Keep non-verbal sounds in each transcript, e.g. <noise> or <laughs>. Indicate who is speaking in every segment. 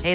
Speaker 1: Hey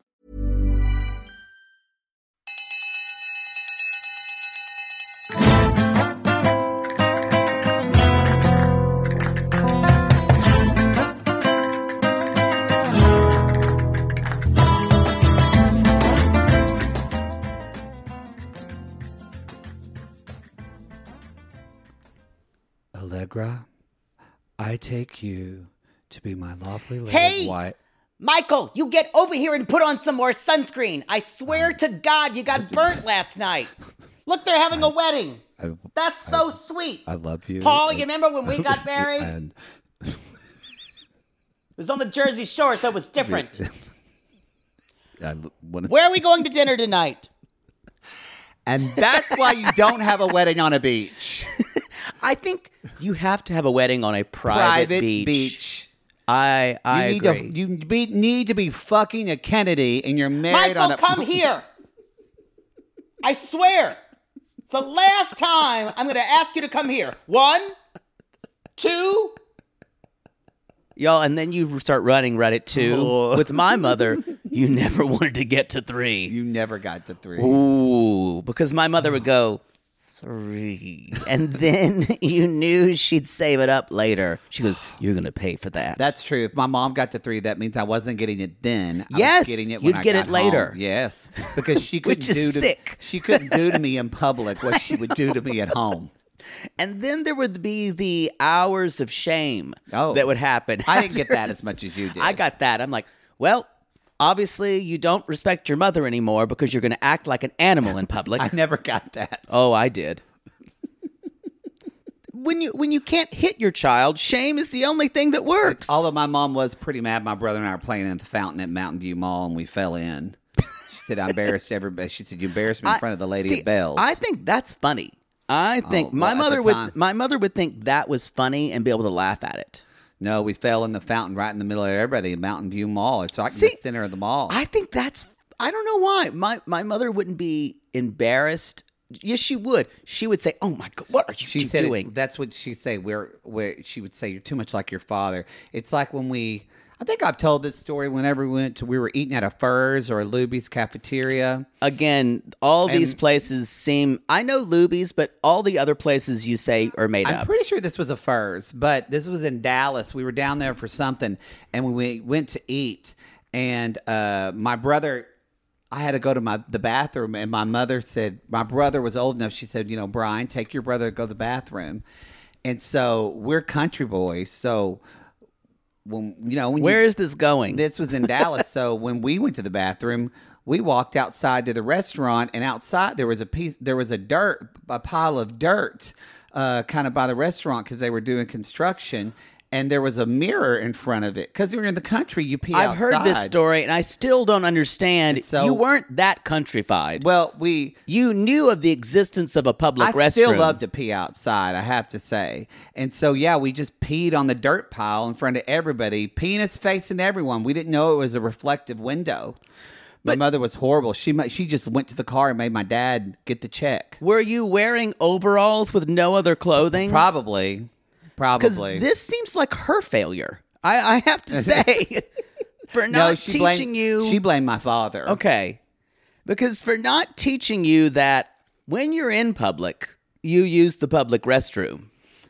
Speaker 2: Allegra, I take you to be my lovely little
Speaker 3: Hey!
Speaker 2: wife.
Speaker 3: Michael, you get over here and put on some more sunscreen. I swear to God, you got burnt last night. Look, they're having a wedding.
Speaker 2: I-
Speaker 3: That's so sweet.
Speaker 2: I love you.
Speaker 3: Paul, you remember
Speaker 4: <laughs>
Speaker 3: when we
Speaker 5: <laughs>
Speaker 3: got married? It
Speaker 2: And
Speaker 3: was on the Jersey Shore, so it was different.
Speaker 4: <laughs>
Speaker 2: I l- wanna-
Speaker 3: Where are we going to dinner tonight?
Speaker 5: And that's why you don't have a wedding on a beach.
Speaker 4: <laughs> I think you have to have a wedding on a private,
Speaker 5: Private beach.
Speaker 4: I I
Speaker 5: you need
Speaker 4: agree.
Speaker 5: to you be, need to be fucking a Kennedy and you're married on
Speaker 3: Michael,
Speaker 5: a
Speaker 3: come here. <laughs> I swear. It's the last time I'm going to ask you to come here. One, two,
Speaker 4: Y'all, and then you start running right at two.
Speaker 5: Oh.
Speaker 4: <laughs> With my mother, you never <laughs> wanted to get to three.
Speaker 5: <laughs> You never got to three.
Speaker 4: Ooh, because my mother would go three, and then <laughs> you knew she'd save it up later. She goes, "You're gonna pay for that."
Speaker 5: That's true. If my mom got to three, that means I wasn't getting it then. I
Speaker 4: Yes,
Speaker 5: was getting it. when
Speaker 4: you'd
Speaker 5: I
Speaker 4: get
Speaker 5: got
Speaker 4: it later.
Speaker 5: home. Yes, because
Speaker 4: <laughs>
Speaker 5: she couldn't
Speaker 4: Which is
Speaker 5: do to,
Speaker 4: sick.
Speaker 5: She couldn't do to me in public what she would do to me at home.
Speaker 4: and then there would be the hours of shame
Speaker 5: Oh.
Speaker 4: that would happen.
Speaker 5: I didn't get that
Speaker 4: after-
Speaker 5: as much
Speaker 4: <laughs>
Speaker 5: as you did.
Speaker 4: I got that. I'm like, well. Obviously, you don't respect your mother anymore because you're going to act like an animal in public.
Speaker 5: <laughs> I never got that.
Speaker 4: Oh, I did. when you when you can't hit your child, shame is the only thing that works.
Speaker 5: Although my mom was pretty mad, my brother and I were playing at the fountain at Mountain View Mall, and we fell in. She said, "I embarrassed everybody." She said, "You embarrassed me in
Speaker 4: I-
Speaker 5: front of the lady
Speaker 4: see,
Speaker 5: at Bell's." Oh,
Speaker 4: I think that's funny. I think
Speaker 5: well,
Speaker 4: my
Speaker 5: at the
Speaker 4: mother
Speaker 5: time-
Speaker 4: would my mother would think that was funny and be able to laugh at it.
Speaker 5: no, we fell in the fountain right in the middle of everybody at Mountain View Mall. It's like in
Speaker 4: See,
Speaker 5: the center of the mall.
Speaker 4: I think that's I don't know why my my mother wouldn't be embarrassed. Yes, she would. She would say, "Oh my god, what are you
Speaker 5: she
Speaker 4: two
Speaker 5: said it-
Speaker 4: doing?"
Speaker 5: that's what she say. Where where she would say you're too much like your father. It's like when we. I think I've told this story whenever we went to we were eating at a Furs or a Luby's cafeteria.
Speaker 4: Again, all these
Speaker 5: And-
Speaker 4: places seem I know Luby's, but all the other places you say are made
Speaker 5: I'm
Speaker 4: up.
Speaker 5: pretty sure this was a Furs, but this was in Dallas. We were down there for something, and when we went to eat, and uh, my brother, I had to go to my the bathroom, and my mother said my brother was old enough. She said, you know, Brian, take your brother to go to the bathroom, and so we're country boys, so. When you know when you-
Speaker 4: Where is this going?
Speaker 5: this was in Dallas. So when we went to the bathroom, we walked outside to the restaurant, and outside there was a piece, there was a dirt, a pile of dirt, uh, kind of by the restaurant because they were doing construction, and there was a mirror in front of it because you're in the country. You pee.
Speaker 4: I've heard this
Speaker 5: outside.
Speaker 4: story and I still don't understand.
Speaker 5: And so-
Speaker 4: you weren't that countryfied.
Speaker 5: Well, we.
Speaker 4: you knew of the existence of a public
Speaker 5: I
Speaker 4: restroom.
Speaker 5: still love to pee outside, I have to say. And so, yeah, we just peed on the dirt pile in front of everybody, penis facing everyone. We didn't know it was a reflective window. My mother was horrible. She mu- she just went to the car and made my dad get the check.
Speaker 4: Were you wearing overalls with no other clothing?
Speaker 5: Probably,
Speaker 4: Because
Speaker 5: probably.
Speaker 4: this seems like her failure. I, I have
Speaker 5: <laughs>
Speaker 4: to say, <laughs> for not
Speaker 5: she
Speaker 4: teaching
Speaker 5: blamed-
Speaker 4: you.
Speaker 5: She blamed my father.
Speaker 4: okay, because for not teaching you that when you're in public, you use the public restroom.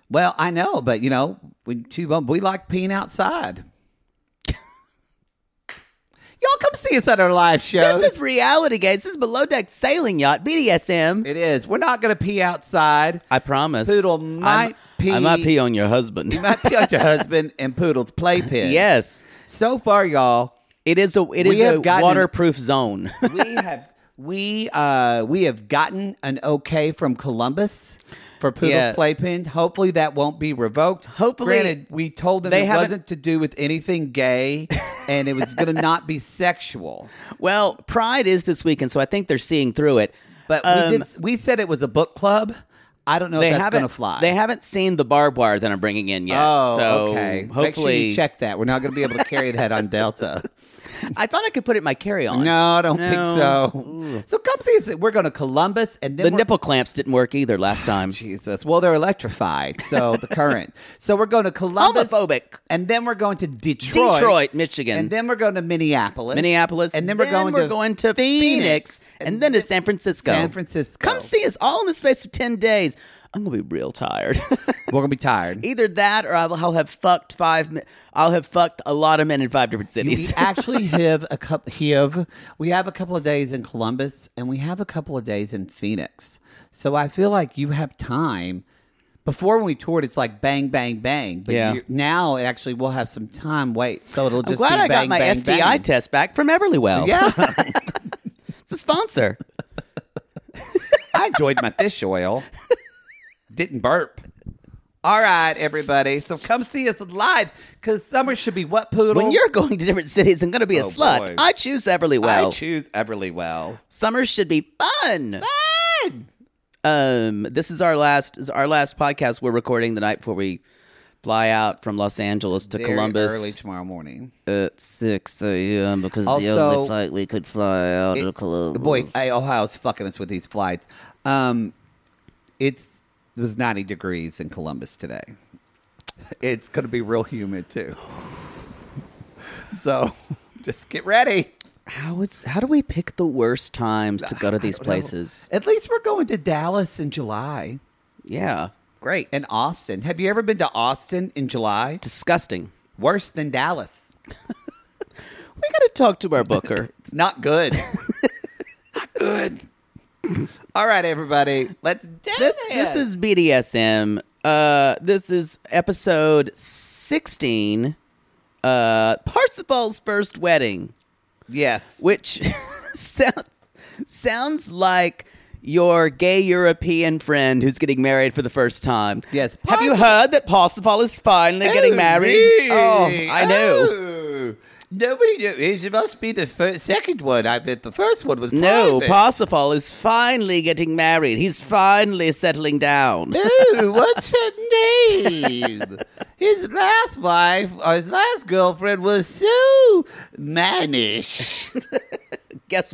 Speaker 5: Well, I know, but you know, we she, we like peeing outside. <laughs> Y'all come see us at our live show.
Speaker 4: This is reality, guys. This is below deck sailing yacht BDSM.
Speaker 5: it is. We're not going to pee outside.
Speaker 4: I promise.
Speaker 5: Poodle
Speaker 4: I'm-
Speaker 5: might pee-
Speaker 4: I might pee on your
Speaker 5: <laughs>
Speaker 4: husband.
Speaker 5: You might pee on your husband and Poodle's playpen.
Speaker 4: <laughs> yes,
Speaker 5: So far, y'all,
Speaker 4: it is a it
Speaker 5: We
Speaker 4: is a
Speaker 5: have gotten-
Speaker 4: waterproof zone. <laughs>
Speaker 5: we have we uh we have gotten an okay from Columbus for Poodle's
Speaker 4: Yeah.
Speaker 5: playpen. Hopefully that won't be revoked.
Speaker 4: Hopefully-
Speaker 5: granted, we told them
Speaker 4: They
Speaker 5: it
Speaker 4: haven't-
Speaker 5: wasn't to do with anything
Speaker 4: <laughs>
Speaker 5: gay, and it was going to not be sexual.
Speaker 4: well, Pride is this weekend, so I think they're seeing through it.
Speaker 5: But
Speaker 4: Um,
Speaker 5: we did. We said it was a book club. I don't know
Speaker 4: they
Speaker 5: if that's
Speaker 4: haven't
Speaker 5: going to fly.
Speaker 4: They haven't seen the barbed wire that I'm bringing in yet.
Speaker 5: Oh,
Speaker 4: so
Speaker 5: okay. Make sure
Speaker 4: Hopefully,
Speaker 5: you check that. We're not going to be able to carry that on
Speaker 4: <laughs>
Speaker 5: Delta.
Speaker 4: I thought I could put it in my carry on.
Speaker 5: No, I don't
Speaker 4: No.
Speaker 5: think so. So come see us. We're going to Columbus, and then
Speaker 4: the
Speaker 5: we're-
Speaker 4: nipple clamps didn't work
Speaker 5: <sighs>
Speaker 4: either last time.
Speaker 5: Jesus. Well, they're electrified, so the current. <laughs> So we're going to Columbus,
Speaker 4: Homophobic.
Speaker 5: and then we're going to Detroit,
Speaker 4: Detroit, Michigan.
Speaker 5: and then we're going to Minneapolis,
Speaker 4: Minneapolis,
Speaker 5: and then we're going to
Speaker 4: Phoenix, and, then to San Francisco.
Speaker 5: San Francisco.
Speaker 4: Come see us all in the space of ten days. I'm gonna be
Speaker 5: <laughs>
Speaker 4: real tired.
Speaker 5: We're going to be tired.
Speaker 4: Either that, or I'll, I'll have fucked five. mi- I'll have fucked a lot of men in five different
Speaker 5: We
Speaker 4: cities. <laughs>
Speaker 5: <laughs> actually have a couple. Have we have a couple of days in Columbus, and we have a couple of days in Phoenix. So I feel like you have time. Before when we toured, it's like bang, bang, bang. But
Speaker 4: Yeah.
Speaker 5: you're- now it actually will have some time wait, so it'll just.
Speaker 4: I'm glad
Speaker 5: be
Speaker 4: I
Speaker 5: bang,
Speaker 4: got my
Speaker 5: bang,
Speaker 4: STI
Speaker 5: bang.
Speaker 4: test back from Everlywell.
Speaker 5: Yeah,
Speaker 4: it's a sponsor.
Speaker 5: <laughs> I enjoyed my fish oil. Didn't burp. All right, everybody. So come see us live because summer should be what poodle.
Speaker 4: When you're going to different cities and going to be a
Speaker 5: Oh,
Speaker 4: slut,
Speaker 5: boy.
Speaker 4: I choose Everlywell.
Speaker 5: I choose Everly well.
Speaker 4: Summer should be fun. Um, this is our last is our last podcast. We're recording the night before we fly out from Los Angeles to
Speaker 5: Very
Speaker 4: Columbus
Speaker 5: early tomorrow morning.
Speaker 4: at six a.m. because the
Speaker 5: Also-
Speaker 4: only flight we could fly out
Speaker 5: It-
Speaker 4: of Columbus.
Speaker 5: Boy, I, Ohio's fucking us with these flights. Um, it's it was 90 degrees in Columbus today. It's going to be real humid too. <laughs> So <laughs> just get ready.
Speaker 4: how is how do we pick the worst times to go
Speaker 5: <laughs>
Speaker 4: to these
Speaker 5: <sighs> I don't know.
Speaker 4: places?
Speaker 5: At least we're going to Dallas in July
Speaker 4: Yeah, great
Speaker 5: and Austin. Have you ever been to Austin in July?
Speaker 4: disgusting.
Speaker 5: Worse than Dallas.
Speaker 4: We got to talk to our booker.
Speaker 5: It's not
Speaker 4: <laughs>
Speaker 5: good. not good. All right, everybody. Let's do
Speaker 4: this,
Speaker 5: this.
Speaker 4: this is BDSM. Uh, this is episode sixteen. Uh, Parsifal's first wedding,
Speaker 5: yes.
Speaker 4: which <laughs> sounds sounds like your gay European friend who's getting married for the first time.
Speaker 5: Yes,
Speaker 4: Have you
Speaker 5: Parsif-
Speaker 4: heard that Parsifal is finally getting married? Oh, I know.
Speaker 5: know. Oh. Nobody knew. It must be the first, second one. I bet the first one was
Speaker 4: No,
Speaker 5: private.
Speaker 4: Parsifal is finally getting married. He's finally settling down.
Speaker 5: Ooh, what's her name? His last wife, or his last girlfriend, was so mannish.
Speaker 4: Guess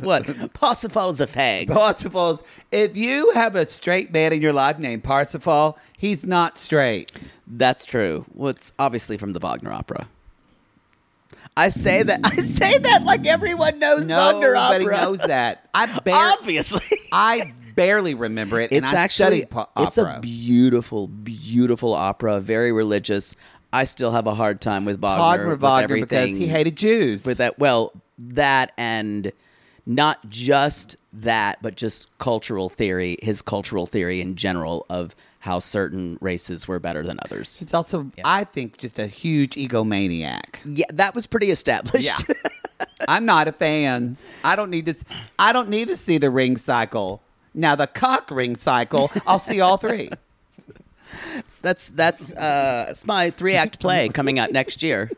Speaker 5: <laughs>
Speaker 4: what? Parsifal is a fag.
Speaker 5: Parsifal's. If you have a straight man in your life named Parsifal, he's not straight.
Speaker 4: That's true. Well, it's obviously from the Wagner opera. I say that. I say that like everyone knows Wagner
Speaker 5: Hmm. Nobody
Speaker 4: opera.
Speaker 5: knows that. I barely,
Speaker 4: Obviously,
Speaker 5: I barely remember it. and
Speaker 4: <laughs> it's
Speaker 5: I
Speaker 4: actually
Speaker 5: studied pa-
Speaker 4: it's a
Speaker 5: opera.
Speaker 4: beautiful, beautiful opera. Very religious. I still have a hard time with Wagner.
Speaker 5: Wagner,
Speaker 4: with
Speaker 5: Wagner, because
Speaker 4: everything
Speaker 5: he hated Jews.
Speaker 4: with that. Well, that and not just that, but just cultural theory. His cultural theory in general of how certain races were better than others.
Speaker 5: It's also, I think, just a huge egomaniac.
Speaker 4: Yeah, that was pretty established.
Speaker 5: <laughs> I'm not a fan. I don't need to. s- I don't need to see the ring cycle. Now the cock ring cycle. I'll see all
Speaker 4: <laughs>
Speaker 5: three.
Speaker 4: That's that's uh it's my three act play coming out
Speaker 5: <sighs>
Speaker 4: next year.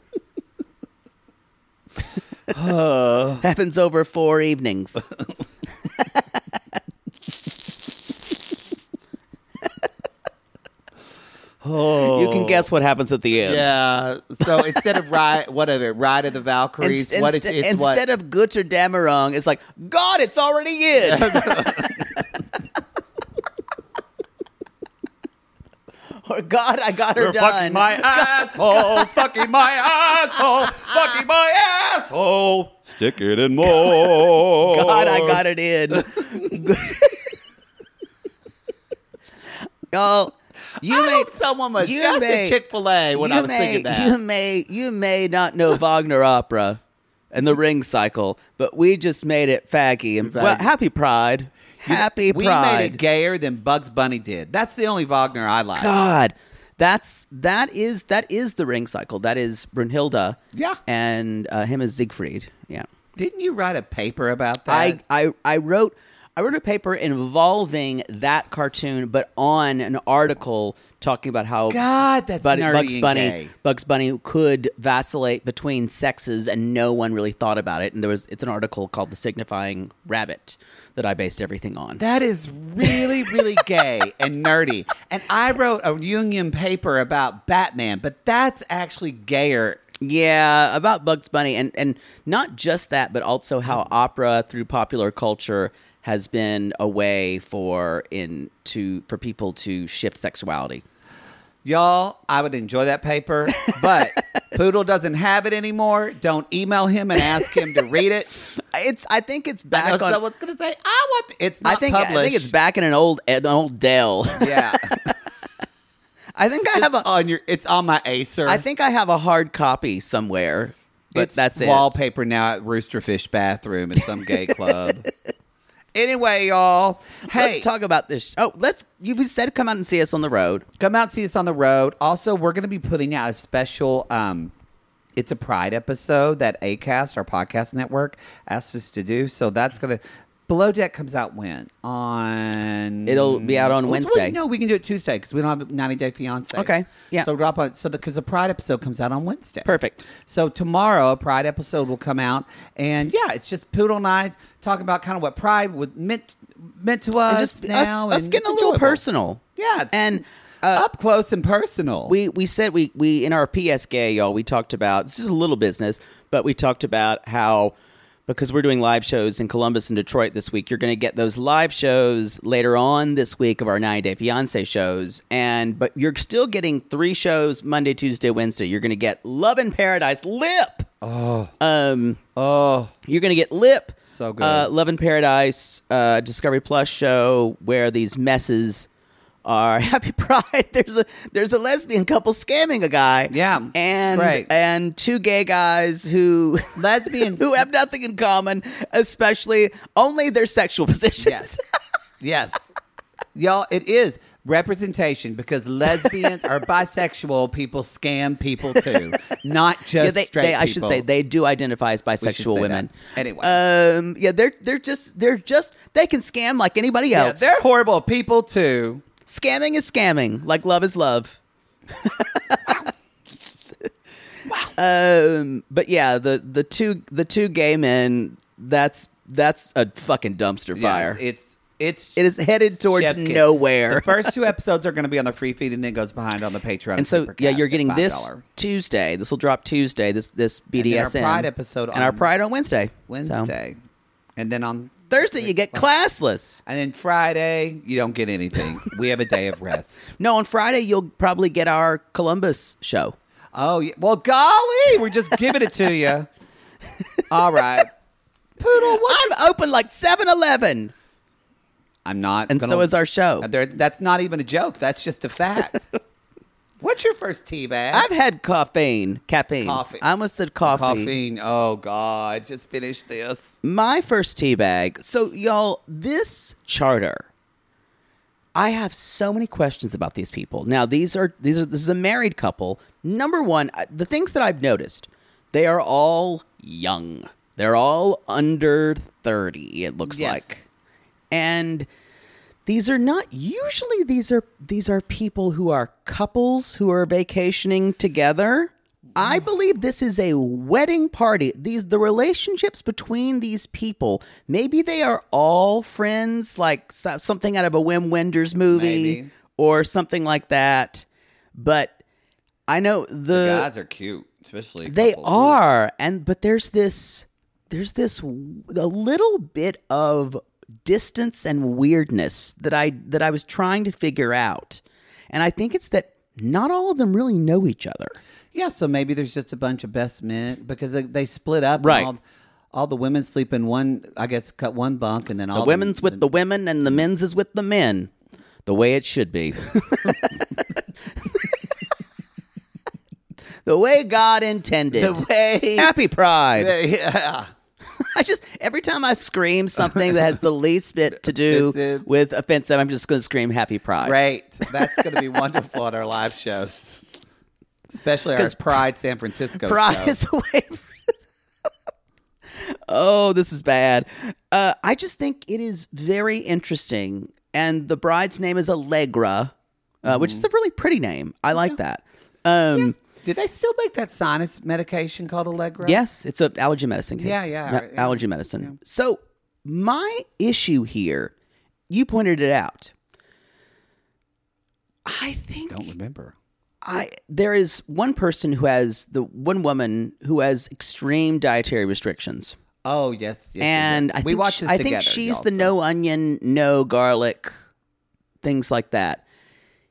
Speaker 4: Happens over four
Speaker 5: <laughs>
Speaker 4: evenings. You can guess what happens at the end.
Speaker 5: Yeah. So instead of ride, whatever, ride of the Valkyries.
Speaker 4: Inst-
Speaker 5: what
Speaker 4: inst-
Speaker 5: it's, it's what-
Speaker 4: instead of Gutter Damerong, it's like God, it's already in. <laughs> or God, I got her
Speaker 5: You're
Speaker 4: done.
Speaker 5: fucking
Speaker 4: <laughs>
Speaker 5: my asshole, fucking my asshole, fucking my asshole. Stick it in more.
Speaker 4: God, I got
Speaker 5: <laughs>
Speaker 4: it in. Y'all, you
Speaker 5: I
Speaker 4: may
Speaker 5: hope someone was
Speaker 4: you
Speaker 5: just
Speaker 4: may-
Speaker 5: Chick Fil A when
Speaker 4: you
Speaker 5: I was
Speaker 4: may,
Speaker 5: thinking that.
Speaker 4: You may, you may not know Wagner opera, and the ring cycle, but we just made it faggy and well, happy pride, happy
Speaker 5: we
Speaker 4: pride.
Speaker 5: made it gayer than Bugs Bunny did. That's the only Wagner I like.
Speaker 4: God, that's that is that is the ring cycle. That is Brunhilde.
Speaker 5: Yeah.
Speaker 4: and uh, him as Siegfried. Yeah,
Speaker 5: Didn't you write a paper about that?
Speaker 4: I, I I wrote I wrote a paper involving that cartoon, but on an article talking about how
Speaker 5: God, that's
Speaker 4: Bud-
Speaker 5: nerdy
Speaker 4: Bugs
Speaker 5: and
Speaker 4: Bunny
Speaker 5: gay.
Speaker 4: Bugs Bunny could vacillate between sexes, and no one really thought about it. And there was it's an article called "The Signifying Rabbit" that I based everything on.
Speaker 5: That is really, really gay and nerdy. And I wrote a union paper about Batman, but that's actually gayer.
Speaker 4: Yeah, about Bugs Bunny and and not just that, but also how opera through popular culture has been a way for in to for people to shift sexuality.
Speaker 5: Y'all, I would enjoy that paper,
Speaker 4: <laughs>
Speaker 5: but Poodle doesn't have it anymore. Don't email him and ask him to read it.
Speaker 4: It's I think it's
Speaker 5: I know
Speaker 4: back on
Speaker 5: someone's going to say, I want th-" It's not
Speaker 4: I think
Speaker 5: published.
Speaker 4: I think it's back in an old an old Dell. <laughs>
Speaker 5: Yeah.
Speaker 4: I think I have a I
Speaker 5: on your, it's on my Acer.
Speaker 4: think I have a hard copy somewhere. But
Speaker 5: it's
Speaker 4: that's it.
Speaker 5: wallpaper now at Roosterfish bathroom in some gay
Speaker 4: <laughs>
Speaker 5: club. anyway, y'all, hey,
Speaker 4: Let's talk about this. Oh, let's you said come out and see us on the road.
Speaker 5: come out and see us on the road. Also, we're going to be putting out a special. Um, it's a Pride episode that ACAST, our podcast network, asked us to do. So that's going to. Below Deck comes out when on.
Speaker 4: It'll be out on
Speaker 5: Well, it's-
Speaker 4: Wednesday.
Speaker 5: no, we can do it Tuesday because we don't have a 90 Day Fiance.
Speaker 4: Okay, yeah.
Speaker 5: So drop on so because the, Pride episode comes out on Wednesday.
Speaker 4: Perfect.
Speaker 5: So tomorrow a Pride episode will come out, and yeah, it's just Poodle and I talking about kind of what Pride was meant meant to us
Speaker 4: And just
Speaker 5: now,
Speaker 4: us, us
Speaker 5: and
Speaker 4: getting a
Speaker 5: it's
Speaker 4: little
Speaker 5: enjoyable.
Speaker 4: personal.
Speaker 5: Yeah, it's-
Speaker 4: and uh,
Speaker 5: up close and personal.
Speaker 4: we we said we we in our PSK y'all we talked about this is a little business, but we talked about how because we're doing live shows in Columbus and Detroit this week, you're going to get those live shows later on this week of our 90 Day Fiance shows, and but you're still getting three shows Monday, Tuesday, Wednesday. You're going to get Love in Paradise, Lip.
Speaker 5: oh,
Speaker 4: You're going to get Lip.
Speaker 5: So good.
Speaker 4: Uh, Love in Paradise, uh, Discovery Plus show where these messes are <laughs> Happy Pride. There's a there's a lesbian couple scamming a guy.
Speaker 5: Yeah,
Speaker 4: And
Speaker 5: right.
Speaker 4: and two gay guys who
Speaker 5: Lesbians.
Speaker 4: <laughs> who have nothing in common, especially only their sexual <laughs> positions.
Speaker 5: yes, yes, y'all. It is representation because lesbians or bisexual people scam people too, not just
Speaker 4: Yeah, they,
Speaker 5: straight.
Speaker 4: they- I should
Speaker 5: people.
Speaker 4: say they do identify as
Speaker 5: We should
Speaker 4: bisexual
Speaker 5: say
Speaker 4: women.
Speaker 5: that. Anyway.
Speaker 4: Um, yeah, they're they're just they're just they can scam like anybody
Speaker 5: yeah,
Speaker 4: else.
Speaker 5: they're horrible people too.
Speaker 4: Scamming is scamming, like love is love. wow. Um, but yeah, the the two the two gay men. That's that's a fucking dumpster
Speaker 5: Yeah,
Speaker 4: fire.
Speaker 5: it's it's
Speaker 4: it is headed towards
Speaker 5: Chef's kiss.
Speaker 4: nowhere.
Speaker 5: The first two episodes are going to be on the free feed, and then goes behind on the Patreon.
Speaker 4: and so yeah,
Speaker 5: Supercast
Speaker 4: you're
Speaker 5: at
Speaker 4: getting this
Speaker 5: $5.
Speaker 4: Tuesday. This will drop Tuesday. This this BDSM
Speaker 5: then our Pride episode
Speaker 4: and our
Speaker 5: on
Speaker 4: Pride on Wednesday. So,
Speaker 5: Wednesday, and then on
Speaker 4: Thursday you get classless.
Speaker 5: and then Friday you don't get anything. we have a day of
Speaker 4: <laughs>
Speaker 5: rest.
Speaker 4: No, on Friday you'll probably get our Columbus show.
Speaker 5: Oh yeah. well, golly, we're just giving it to you. All right, poodle. What?
Speaker 4: I'm open like 7-Eleven.
Speaker 5: I'm not.
Speaker 4: And
Speaker 5: gonna- Uh,
Speaker 4: so is our show.
Speaker 5: There- that's not even a joke. That's just a
Speaker 4: <laughs>
Speaker 5: fact. What's your first tea bag?
Speaker 4: I've had caffeine. Caffeine.
Speaker 5: Coffee.
Speaker 4: I almost said coffee.
Speaker 5: Caffeine. Oh God! Just finish this.
Speaker 4: My first tea bag. So, y'all, this charter. I have so many questions about these people. Now, these are these are this is a married couple. Number one, I- the things that I've noticed, they are all young. They're all under thirty. It looks
Speaker 5: Yes.
Speaker 4: like, and these are not usually these are these are people who are couples who are vacationing together i believe this is a wedding party these the relationships between these people maybe they are all friends like so- something out of a wim wenders movie
Speaker 5: Maybe.
Speaker 4: or something like that but i know the,
Speaker 5: Guys are cute, especially
Speaker 4: Uh, they
Speaker 5: couples.
Speaker 4: are, and but there's this there's this w- a little bit of distance and weirdness that I that I was trying to figure out, and I think it's that not all of them really know each other.
Speaker 5: Yeah, so maybe there's just a bunch of best men because they, they split up. and
Speaker 4: Right.
Speaker 5: all, all the women sleep in one, I guess, cut one bunk, and then all
Speaker 4: The women's with the women, and the men's is with the men,
Speaker 5: <laughs>
Speaker 4: the way it should be. <laughs> the way God intended.
Speaker 5: The <laughs> way-
Speaker 4: Happy Pride.
Speaker 5: Yeah. <laughs>
Speaker 4: <laughs> I just every time I scream something that has the least bit
Speaker 5: It's
Speaker 4: to
Speaker 5: it.
Speaker 4: do with offensive, I'm just going to scream "Happy Pride."
Speaker 5: Great. That's going to be wonderful at our live shows, especially our
Speaker 4: 'Cause
Speaker 5: Pride San Francisco
Speaker 4: Pride
Speaker 5: show.
Speaker 4: is a way. <laughs> oh, this is bad. Uh, I just think it is very interesting, and the bride's name is Allegra, uh, which is a really pretty name. I like that. Um,
Speaker 5: Did they still make that sinus medication called Allegra?
Speaker 4: Yes, it's a allergy medicine. Kate.
Speaker 5: Yeah, yeah,
Speaker 4: Me-
Speaker 5: right, yeah.
Speaker 4: allergy medicine. So my issue here, you pointed it out. I think
Speaker 5: Don't remember.
Speaker 4: I there is one person who has the one woman who has extreme dietary restrictions,
Speaker 5: Oh yes, yes, yes,
Speaker 4: and
Speaker 5: yes.
Speaker 4: I
Speaker 5: we
Speaker 4: think
Speaker 5: watched
Speaker 4: she-
Speaker 5: this
Speaker 4: I
Speaker 5: together.
Speaker 4: think she's
Speaker 5: y'all,
Speaker 4: the
Speaker 5: so-
Speaker 4: no onion, no garlic, things like that.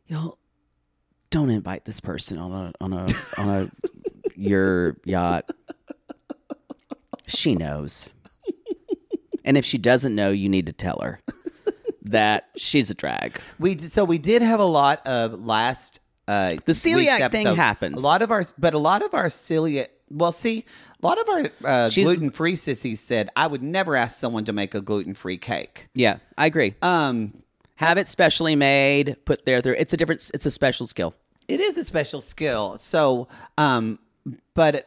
Speaker 4: Y'all don't invite this person on a on a on <laughs> a your yacht. She knows, and if she doesn't know, you need to tell her that she's a drag.
Speaker 5: We did, so we did have a lot of last uh
Speaker 4: The celiac
Speaker 5: week's
Speaker 4: thing
Speaker 5: episode.
Speaker 4: happens.
Speaker 5: A lot of our but a lot of our celiac well see a lot of our uh,
Speaker 4: She's-
Speaker 5: gluten free sissies said I would never ask someone to make a gluten free cake.
Speaker 4: Yeah, I agree.
Speaker 5: Um
Speaker 4: Have it specially made, put there through. It's a different. It's a special skill.
Speaker 5: it is a special skill. So um but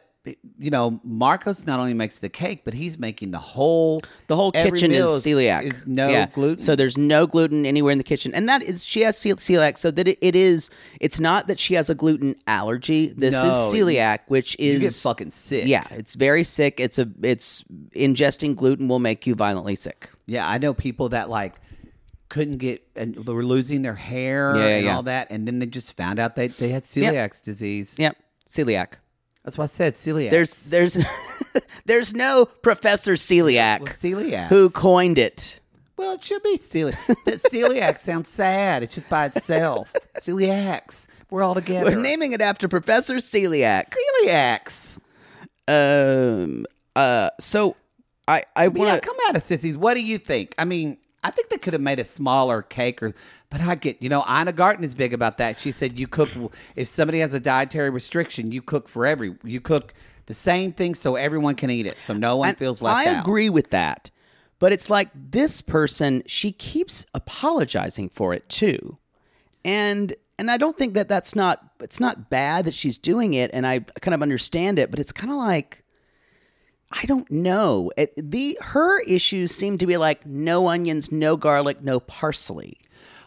Speaker 5: you know Marcos not only makes the cake but he's making the whole
Speaker 4: The whole
Speaker 5: every
Speaker 4: kitchen is
Speaker 5: meal
Speaker 4: celiac.
Speaker 5: Is no
Speaker 4: Yeah.
Speaker 5: gluten.
Speaker 4: So there's no gluten anywhere in the kitchen, and that is she has cel- celiac. So that it, it is. It's not that she has a gluten allergy. This is
Speaker 5: No, you-
Speaker 4: celiac, which is
Speaker 5: you get fucking sick.
Speaker 4: Yeah, it's very sick. It's a. It's ingesting gluten will make you violently sick.
Speaker 5: Yeah, I know people that like couldn't get and they were losing their hair
Speaker 4: Yeah, yeah,
Speaker 5: and
Speaker 4: yeah.
Speaker 5: all that, and then they just found out they they had celiac disease.
Speaker 4: Yep, celiac.
Speaker 5: That's why I said celiac.
Speaker 4: There's there's <laughs> there's no Professor Celiac
Speaker 5: well, celiac.
Speaker 4: who coined it.
Speaker 5: Well, it should be celiac. that celiac sounds sad. It's just by
Speaker 4: <laughs>
Speaker 5: itself. Celiacs. We're all together.
Speaker 4: We're naming it after Professor Celiac.
Speaker 5: celiacs.
Speaker 4: Um. Uh. So, I I want
Speaker 5: Yeah, come at us, sissies. What do you think? I mean, I think they could have made a smaller cake, or but I get you know, Ina Garten is big about that. She said you cook if somebody has a dietary restriction, you cook for every you cook the same thing so everyone can eat it, so no one
Speaker 4: And
Speaker 5: feels left
Speaker 4: I
Speaker 5: out.
Speaker 4: agree with that. But it's like this person, she keeps apologizing for it too. And and I don't think that that's not it's not bad that she's doing it and I kind of understand it, but it's kind of like I don't know. It, the her issues seem to be like no onions, no garlic, no parsley.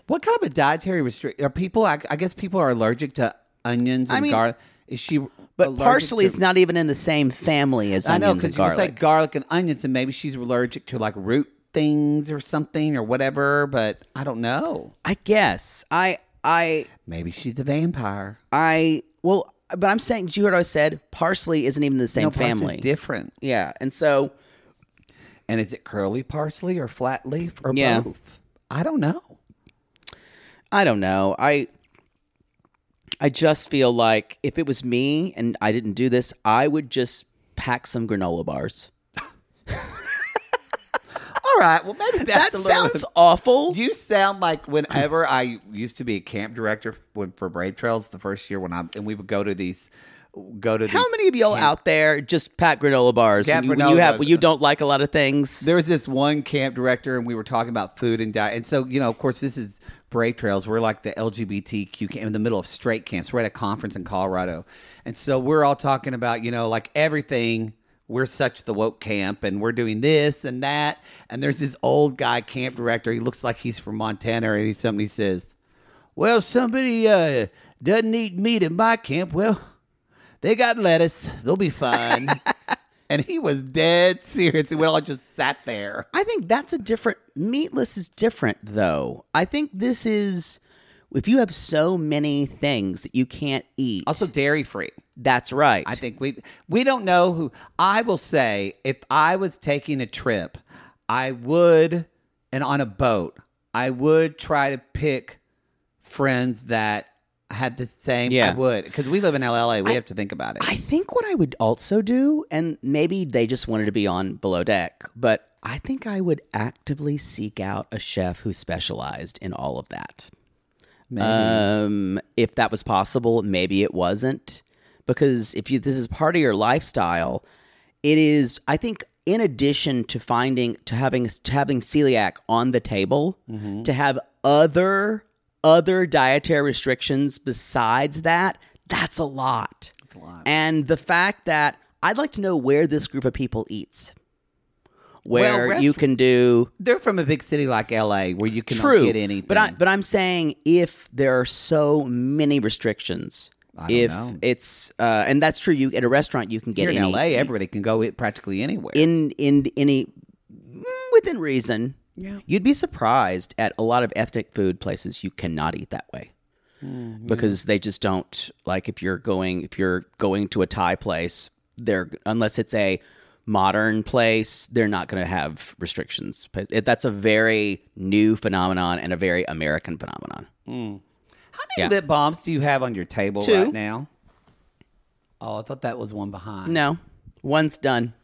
Speaker 5: What kind of a dietary restriction are people? I, I guess people are allergic to onions and
Speaker 4: mean,
Speaker 5: garlic. Is she?
Speaker 4: But
Speaker 5: allergic
Speaker 4: parsley
Speaker 5: to-
Speaker 4: is not even in the same family as
Speaker 5: I know
Speaker 4: onions and
Speaker 5: because you
Speaker 4: garlic.
Speaker 5: say garlic and onions, and maybe she's allergic to like root things or something or whatever. But I don't know.
Speaker 4: I guess I I
Speaker 5: Maybe she's a vampire.
Speaker 4: I well, but I'm saying, did you hear what I said? Parsley isn't even the same
Speaker 5: no, parsley's
Speaker 4: family.
Speaker 5: different.
Speaker 4: yeah, and so
Speaker 5: And is it curly parsley or flat leaf or
Speaker 4: Yeah.
Speaker 5: both? I don't know.
Speaker 4: I don't know. I I just feel like if it was me and I didn't do this, I would just pack some granola bars.
Speaker 5: All right. Well, maybe that's
Speaker 4: <laughs> that
Speaker 5: a little-
Speaker 4: sounds awful.
Speaker 5: You sound like whenever I used to be a camp director when, for Brave Trails the first year when I and we would go to these go to
Speaker 4: How
Speaker 5: these-
Speaker 4: many of y'all out there just pack granola bars?
Speaker 5: Pack
Speaker 4: when you, when
Speaker 5: granola
Speaker 4: you have
Speaker 5: bars.
Speaker 4: when you don't like a lot of things.
Speaker 5: There was this one camp director, and we were talking about food and diet. And so, you know, of course, this is Brave Trails. We're like the LGBTQ camp in the middle of straight camps. We're at a conference in Colorado. And so we're all talking about, you know, like everything. We're such the woke camp, and we're doing this and that. And there's this old guy camp director. He looks like he's from Montana or something. He says, Well, somebody uh, doesn't eat meat in my camp. Well, they got lettuce. They'll be fine. and he was dead serious. And we all just sat there.
Speaker 4: I think that's a different meatless is different though. I think this is if you have so many things that you can't eat.
Speaker 5: Also, dairy free.
Speaker 4: That's right.
Speaker 5: I think we we don't know who. I will say, if I was taking a trip, I would, and on a boat, I would try to pick friends that had the same. I
Speaker 4: Yeah.
Speaker 5: would because we live in LA. We have to think about it.
Speaker 4: I think what I would also do, and maybe they just wanted to be on below deck, but I think I would actively seek out a chef who specialized in all of that. Um, if that was possible, maybe it wasn't. because if you this is part of your lifestyle, it is. I think in addition to finding to having to having celiac on the table, to have other other dietary restrictions besides that, that's a lot. That's a lot. And the fact that I'd like to know where this group of people eats. Where
Speaker 5: rest-
Speaker 4: you can do
Speaker 5: They're from a big city like LA where you cannot
Speaker 4: True,
Speaker 5: get anything.
Speaker 4: But I, but I'm saying if there are so many restrictions,
Speaker 5: don't
Speaker 4: if
Speaker 5: know.
Speaker 4: it's uh, and that's true, you at a restaurant you can get
Speaker 5: here in
Speaker 4: any,
Speaker 5: LA, everybody can go eat practically anywhere.
Speaker 4: in in any mm, within reason. Yeah, you'd be surprised at a lot of ethnic food places you cannot eat that way because they just don't like if you're going if you're going to a Thai place, they're unless it's a modern place, they're not going to have restrictions. But it- That's a very new phenomenon and a very American phenomenon.
Speaker 5: How many lip balms do you have on your table
Speaker 4: Two.
Speaker 5: right now? Oh, I thought that was one behind.
Speaker 4: No, one's done.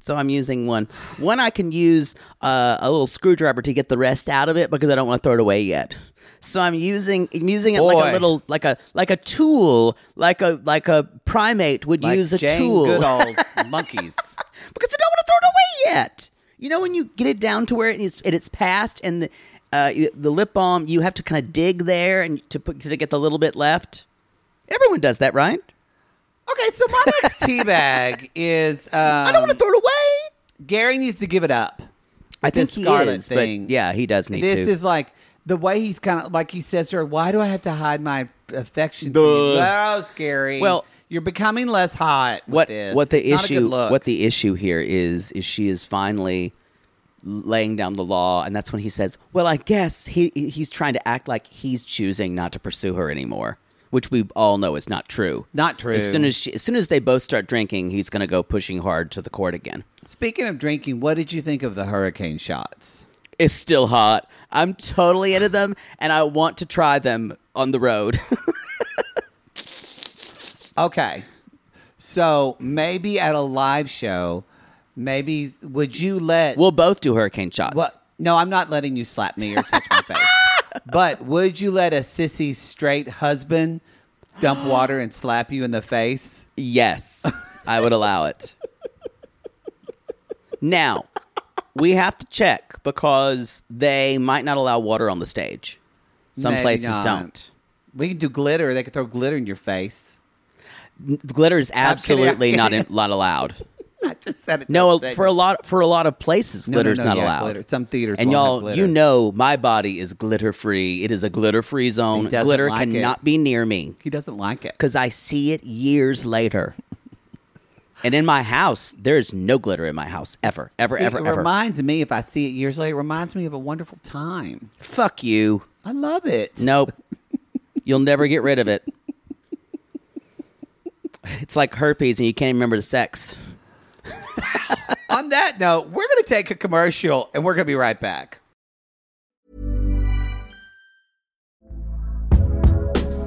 Speaker 4: So I'm using one. One I can use uh, a little screwdriver to get the rest out of it because I don't want to throw it away yet. So I'm using I'm using it like a
Speaker 5: Boy.
Speaker 4: little like a like a tool like a like a primate would
Speaker 5: Like
Speaker 4: use a
Speaker 5: Jane
Speaker 4: tool.
Speaker 5: Goodall's monkeys.
Speaker 4: <laughs> because I don't want to throw it away yet. You know, when you get it down to where it is, and it's past, and the uh, y- the lip balm, you have to kind of dig there and to put to get the little bit left. Everyone does that, right?
Speaker 5: Okay, so my next tea bag is. Um,
Speaker 4: <laughs> I don't want to throw it away.
Speaker 5: Gary needs to give it up.
Speaker 4: I
Speaker 5: with
Speaker 4: think
Speaker 5: this
Speaker 4: he
Speaker 5: Scarlet
Speaker 4: is,
Speaker 5: thing.
Speaker 4: but yeah, he does need
Speaker 5: this
Speaker 4: to.
Speaker 5: is like the way he's kind of like he says to her, "Why do I have to hide my affection?" from you?" Oh, scary.
Speaker 4: Well-
Speaker 5: you're becoming less hot. With
Speaker 4: what
Speaker 5: this.
Speaker 4: what the
Speaker 5: It's not a good
Speaker 4: issue
Speaker 5: look.
Speaker 4: what the issue here is is she is finally laying down the law and that's when he says well i guess he he's trying to act like he's choosing not to pursue her anymore which we all know is not true
Speaker 5: Not true.
Speaker 4: as soon as she, as soon as they both start drinking he's going to go pushing hard to the court again
Speaker 5: Speaking of drinking, what did you think of the hurricane shots?
Speaker 4: it's still hot i'm totally into them and i want to try them on the road <laughs>
Speaker 5: Okay, so maybe at a live show, maybe would you let?
Speaker 4: we'll both do hurricane shots
Speaker 5: What? No, I'm not letting you slap me or touch my <laughs> face. But would you let a sissy straight husband <gasps> dump water and slap you in the face?
Speaker 4: Yes, I would allow it. Now, we have to check because they might not allow water on the stage. Some
Speaker 5: Maybe
Speaker 4: places
Speaker 5: not.
Speaker 4: don't.
Speaker 5: We can do glitter. They could throw glitter in your face.
Speaker 4: Glitter is
Speaker 5: kidding, I'm
Speaker 4: absolutely not in, not allowed.
Speaker 5: <laughs> I just said it.
Speaker 4: No, for a lot for a lot of places,
Speaker 5: No, no,
Speaker 4: glitter's
Speaker 5: no,
Speaker 4: not
Speaker 5: yeah,
Speaker 4: allowed.
Speaker 5: glitter. Some theaters
Speaker 4: and
Speaker 5: won't have
Speaker 4: y'all,
Speaker 5: glitter.
Speaker 4: you know, my body is glitter free. It is a glitter free zone.
Speaker 5: doesn't
Speaker 4: Glitter
Speaker 5: like it.
Speaker 4: cannot be near me.
Speaker 5: He doesn't like it.
Speaker 4: because I see it years later. and in my house, there is no glitter in my house ever, ever,
Speaker 5: See,
Speaker 4: ever,
Speaker 5: it
Speaker 4: ever.
Speaker 5: reminds me if I see it years later. It reminds me of a wonderful time.
Speaker 4: Fuck you.
Speaker 5: I love it.
Speaker 4: Nope. You'll never get rid of it. It's like herpes, and you can't even remember the sex.
Speaker 5: On that note, we're going to take a commercial and we're going to be right back.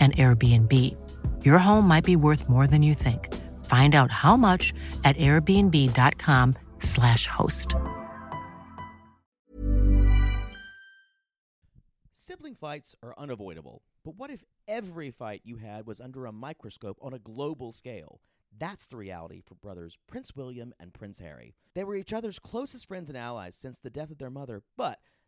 Speaker 1: an Airbnb. Your home might be worth more than you think. Find out how much at airbnb.com/slash host.
Speaker 6: Sibling fights are unavoidable, but what if every fight you had was under a microscope on a global scale? That's the reality for brothers Prince William and Prince Harry. They were each other's closest friends and allies since the death of their mother, but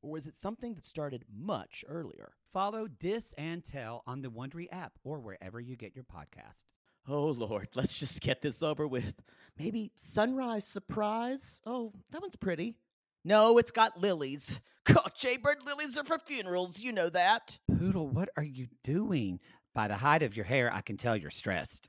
Speaker 6: or was it something that started much earlier?
Speaker 5: Follow Dis and Tell on the Wondery app or wherever you get your podcast.
Speaker 6: oh Lord, <laughs> let's just get this over with. Maybe sunrise surprise. Oh, that one's pretty. No, it's got lilies. <laughs> God, Jaybird lilies are for funerals. You know that.
Speaker 5: Poodle, what are you doing? By the height of your hair, I can tell you're stressed.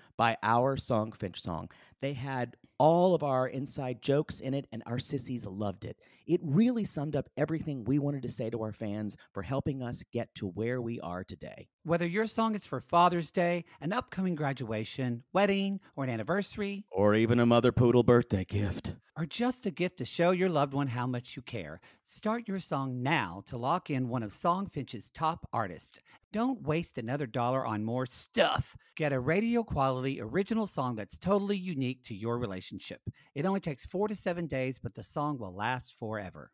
Speaker 6: by our Songfinch song. They had all of our inside jokes in it, and our sissies loved it. It really summed up everything we wanted to say to our fans for helping us get to where we are today.
Speaker 5: Whether your song is for Father's Day, an upcoming graduation, wedding, or an anniversary,
Speaker 6: Or even a Mother Poodle birthday gift.
Speaker 5: or just a gift to show your loved one how much you care, start your song now to lock in one of Songfinch's top artists. Don't waste another dollar on more stuff. Get a radio quality original song that's totally unique to your relationship. It only takes four to seven days, but the song will last forever.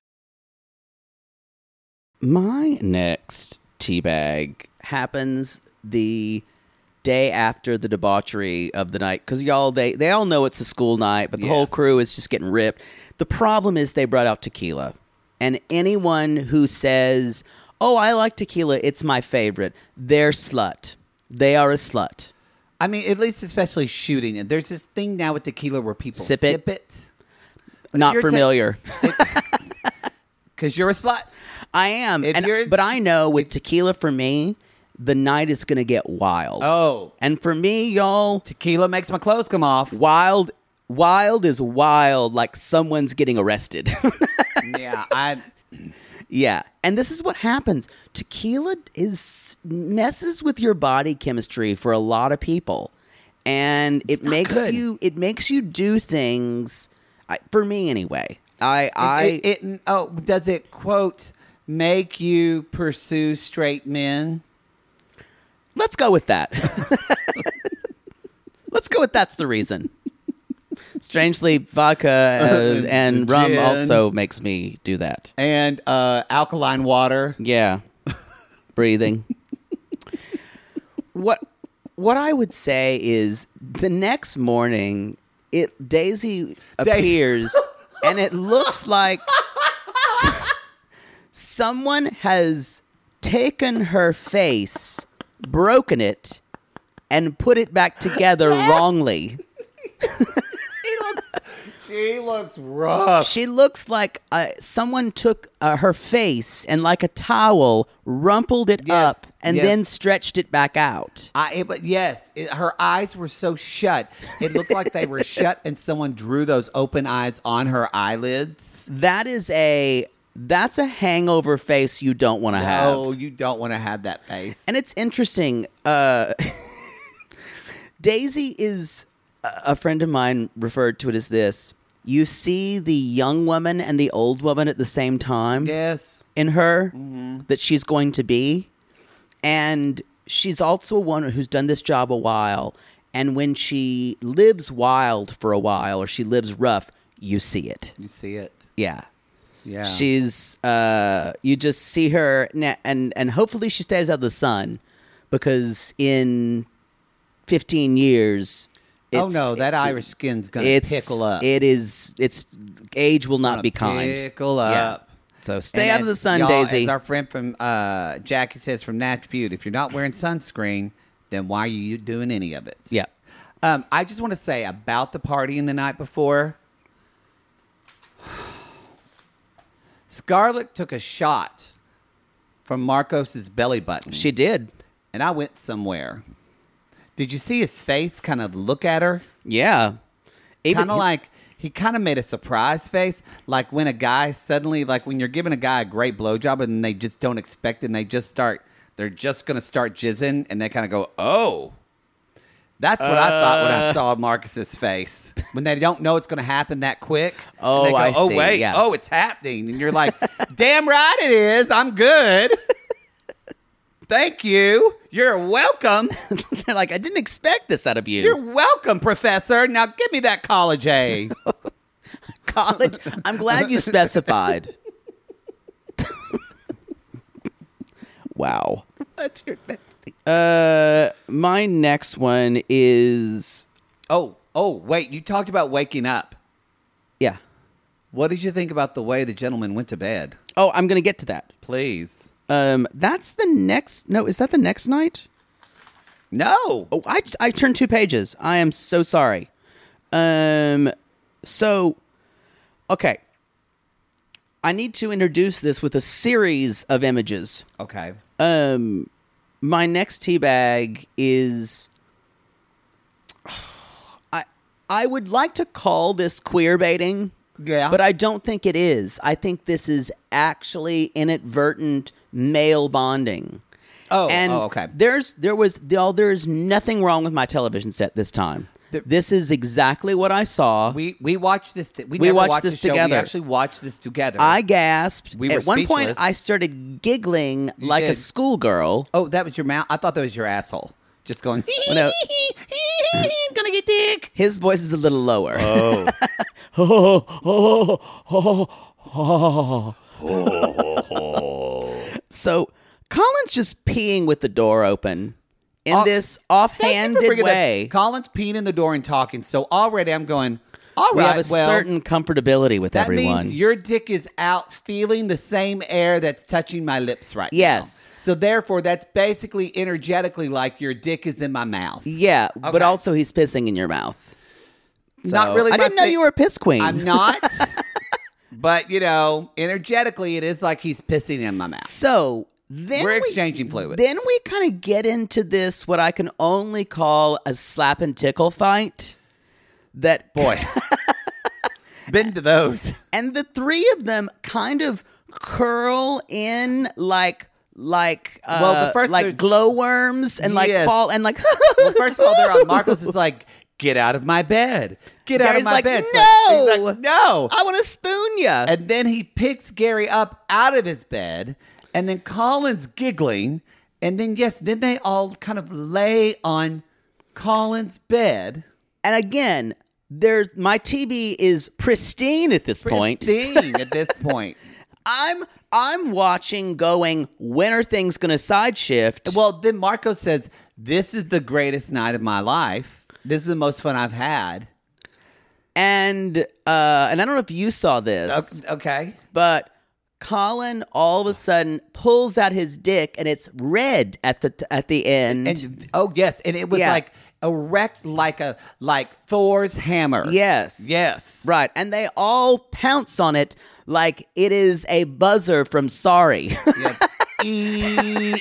Speaker 4: My next teabag happens the day after the debauchery of the night because y'all they they all know it's a school night, but the whole
Speaker 5: Yes.
Speaker 4: crew is just getting ripped. The problem is they brought out tequila, and anyone who says, "Oh, I like tequila; it's my favorite," they're slut. They are a slut.
Speaker 5: I mean, at least especially shooting it. There's this thing now with tequila where people
Speaker 4: Sip it.
Speaker 5: sip it
Speaker 4: Not
Speaker 5: you're ta-
Speaker 4: familiar.
Speaker 5: <laughs> because you're a slut.
Speaker 4: I am,
Speaker 5: If
Speaker 4: and-
Speaker 5: you're-
Speaker 4: but I know with tequila for me, the night is gonna get wild.
Speaker 5: Oh,
Speaker 4: And for me, y'all,
Speaker 5: tequila makes my clothes come off.
Speaker 4: wild wild is wild like someone's getting arrested.
Speaker 5: <laughs>
Speaker 4: <laughs>
Speaker 5: yeah, I.
Speaker 4: yeah. And this is what happens. Tequila is messes with your body chemistry for a lot of people. And it makes
Speaker 5: good.
Speaker 4: you it makes you do things I, for me anyway. I I
Speaker 5: it, it- oh, does it quote make you pursue straight men?
Speaker 4: Let's go with that. <laughs> Let's go with that's the reason. Strangely, vodka uh, and rum
Speaker 5: gin.
Speaker 4: also makes me do that.
Speaker 5: And uh, alkaline water.
Speaker 4: Yeah. Breathing. what what I would say is the next morning it Daisy appears and it looks like s- someone has taken her face, broken it, and put it back together wrongly.
Speaker 5: She looks rough.
Speaker 4: <laughs> She looks like uh, someone took uh, her face and, like a towel, rumpled it up and
Speaker 5: Yes.
Speaker 4: then stretched it back out.
Speaker 5: I, it, but yes, it, her eyes were so shut. It looked like they
Speaker 4: <laughs>
Speaker 5: were shut, and someone drew those open eyes on her eyelids.
Speaker 4: That is a that's a hangover face you don't want to have.
Speaker 5: Oh, you don't want to have that face.
Speaker 4: And it's interesting. Uh, <laughs> Daisy is uh, a a friend of mine referred to it as this. You see the young woman and the old woman at the same time
Speaker 5: yes,
Speaker 4: in her
Speaker 5: Mm-hmm.
Speaker 4: that she's going to be. And she's also a woman who's done this job a while. And when she lives wild for a while or she lives rough, you see it.
Speaker 5: you see it.
Speaker 4: Yeah.
Speaker 5: Yeah,
Speaker 4: She's uh you just see her na- and and hopefully she stays out of the sun because in 15 years
Speaker 5: oh no, that Irish skin's gonna
Speaker 4: it's
Speaker 5: pickle up.
Speaker 4: It is it's age will not
Speaker 5: Gonna
Speaker 4: be kind.
Speaker 5: Pickle
Speaker 4: Yeah.
Speaker 5: up.
Speaker 4: So stay
Speaker 5: And
Speaker 4: out of the
Speaker 5: as-
Speaker 4: sun,
Speaker 5: y'all,
Speaker 4: Daisy.
Speaker 5: As our friend from uh, Jackie says from Natch Butte, if you're not wearing sunscreen, then why are you doing any of it?
Speaker 4: yeah.
Speaker 5: Um, I just want to say about the party in the night before. Scarlett took a shot from Marcos's belly button.
Speaker 4: She did.
Speaker 5: and I went somewhere. Did you see his face kind of look at her?
Speaker 4: Yeah. Even
Speaker 5: Kind of like he kind of made a surprise face, like when a guy suddenly, like when you're giving a guy a great blowjob and they just don't expect it, and they just start, they're just gonna start jizzing, and they kind of go, "Oh." That's what I thought when
Speaker 4: Uh.
Speaker 5: I saw Marcus's face. When they don't know it's going to happen that quick. and
Speaker 4: Oh,
Speaker 5: they go,
Speaker 4: I
Speaker 5: Oh,
Speaker 4: see,
Speaker 5: wait.
Speaker 4: yeah.
Speaker 5: Oh, it's happening. And you're like, <laughs> damn right it is. I'm good. <laughs> Thank you. You're welcome.
Speaker 4: <laughs> they're like I didn't expect this out of you.
Speaker 5: You're <laughs> welcome, Professor. Now give me that college A.
Speaker 4: <laughs> college. I'm glad you specified. <laughs> wow.
Speaker 5: What's your name?
Speaker 4: Uh, my next one is
Speaker 5: Oh, oh, wait. You talked about waking up.
Speaker 4: yeah.
Speaker 5: What did you think about the way the gentleman went to bed?
Speaker 4: Oh, I'm gonna get to that.
Speaker 5: Please.
Speaker 4: Um, that's the next. No, is that the next night?
Speaker 5: No.
Speaker 4: Oh, I I turned two pages. I am so sorry. Um, so okay. I need to introduce this with a series of images.
Speaker 5: Okay. Oh,
Speaker 4: Um, my next tea bag is. <sighs> I I would like to call this queer baiting.
Speaker 5: Yeah.
Speaker 4: But I don't think it is. I think this is actually inadvertent male bonding.
Speaker 5: Oh,
Speaker 4: and
Speaker 5: oh, okay.
Speaker 4: There's there was y'all. There is nothing wrong with my television set this time. this is exactly what I saw.
Speaker 5: We we watched this. t- we
Speaker 4: We
Speaker 5: never
Speaker 4: watched
Speaker 5: watched,
Speaker 4: this
Speaker 5: the show.
Speaker 4: together.
Speaker 5: We actually watched this together.
Speaker 4: I gasped.
Speaker 5: We were
Speaker 4: At one point,
Speaker 5: speechless.
Speaker 4: I started giggling
Speaker 5: You
Speaker 4: like a
Speaker 5: did.
Speaker 4: schoolgirl.
Speaker 5: oh, that was your mouth. I thought that was your asshole. Just
Speaker 4: <laughs>
Speaker 5: going.
Speaker 4: Well, no.
Speaker 5: I'm <laughs> gonna get dick.
Speaker 4: His voice is a little lower. <laughs> so Colin's just peeing with the door open in
Speaker 5: Oh, Thank you
Speaker 4: this
Speaker 5: for
Speaker 4: offhanded
Speaker 5: bringing that-
Speaker 4: way.
Speaker 5: Colin's peeing in the door and talking. So already I'm going. All right.
Speaker 4: we have a
Speaker 5: well,
Speaker 4: certain comfortability with
Speaker 5: That
Speaker 4: everyone.
Speaker 5: means your dick is out feeling the same air that's touching my lips right
Speaker 4: Yes.
Speaker 5: now. So therefore, that's basically energetically like your dick is in my mouth.
Speaker 4: yeah, but
Speaker 5: Okay.
Speaker 4: also he's pissing in your mouth. So,
Speaker 5: Not really.
Speaker 4: I
Speaker 5: my
Speaker 4: didn't know
Speaker 5: thing-
Speaker 4: you were a piss queen.
Speaker 5: I'm
Speaker 4: <laughs>
Speaker 5: not. but you know, energetically, it is like he's pissing in my mouth.
Speaker 4: So then
Speaker 5: We're
Speaker 4: we-
Speaker 5: exchanging fluids.
Speaker 4: Then we kind of get into this what I can only call a slap and tickle fight. That
Speaker 5: Boy,
Speaker 4: <laughs>
Speaker 5: been to those.
Speaker 4: and the three of them kind of curl in like like uh,
Speaker 5: Well, the first
Speaker 4: like
Speaker 5: there's-
Speaker 4: glowworms and like
Speaker 5: Yes.
Speaker 4: fall and like <laughs>
Speaker 5: Well, first of all, they're on Marcos is like, get out of my bed, get out
Speaker 4: Gary's
Speaker 5: of my
Speaker 4: like,
Speaker 5: bed. So
Speaker 4: "No!"
Speaker 5: he's like, no.
Speaker 4: I want to spoon you.
Speaker 5: And then he picks Gary up out of his bed, and then Colin's giggling, and then yes, then they all kind of lay on Colin's bed.
Speaker 4: and again, there's my TV is pristine at this point.
Speaker 5: Pristine at this point.
Speaker 4: I'm I'm watching going when are things going to side shift?
Speaker 5: Well, then Marco says, "This is the greatest night of my life. This is the most fun I've had."
Speaker 4: and uh and I don't know if you saw this.
Speaker 5: O- Okay.
Speaker 4: but Colin all of a sudden pulls out his dick and it's red at the at the end.
Speaker 5: And oh yes, and it was
Speaker 4: Yeah.
Speaker 5: like erect like a like Thor's hammer.
Speaker 4: yes.
Speaker 5: Yes.
Speaker 4: Right. And they all pounce on it <laughs> like it is a buzzer from Sorry.
Speaker 5: Yep. E-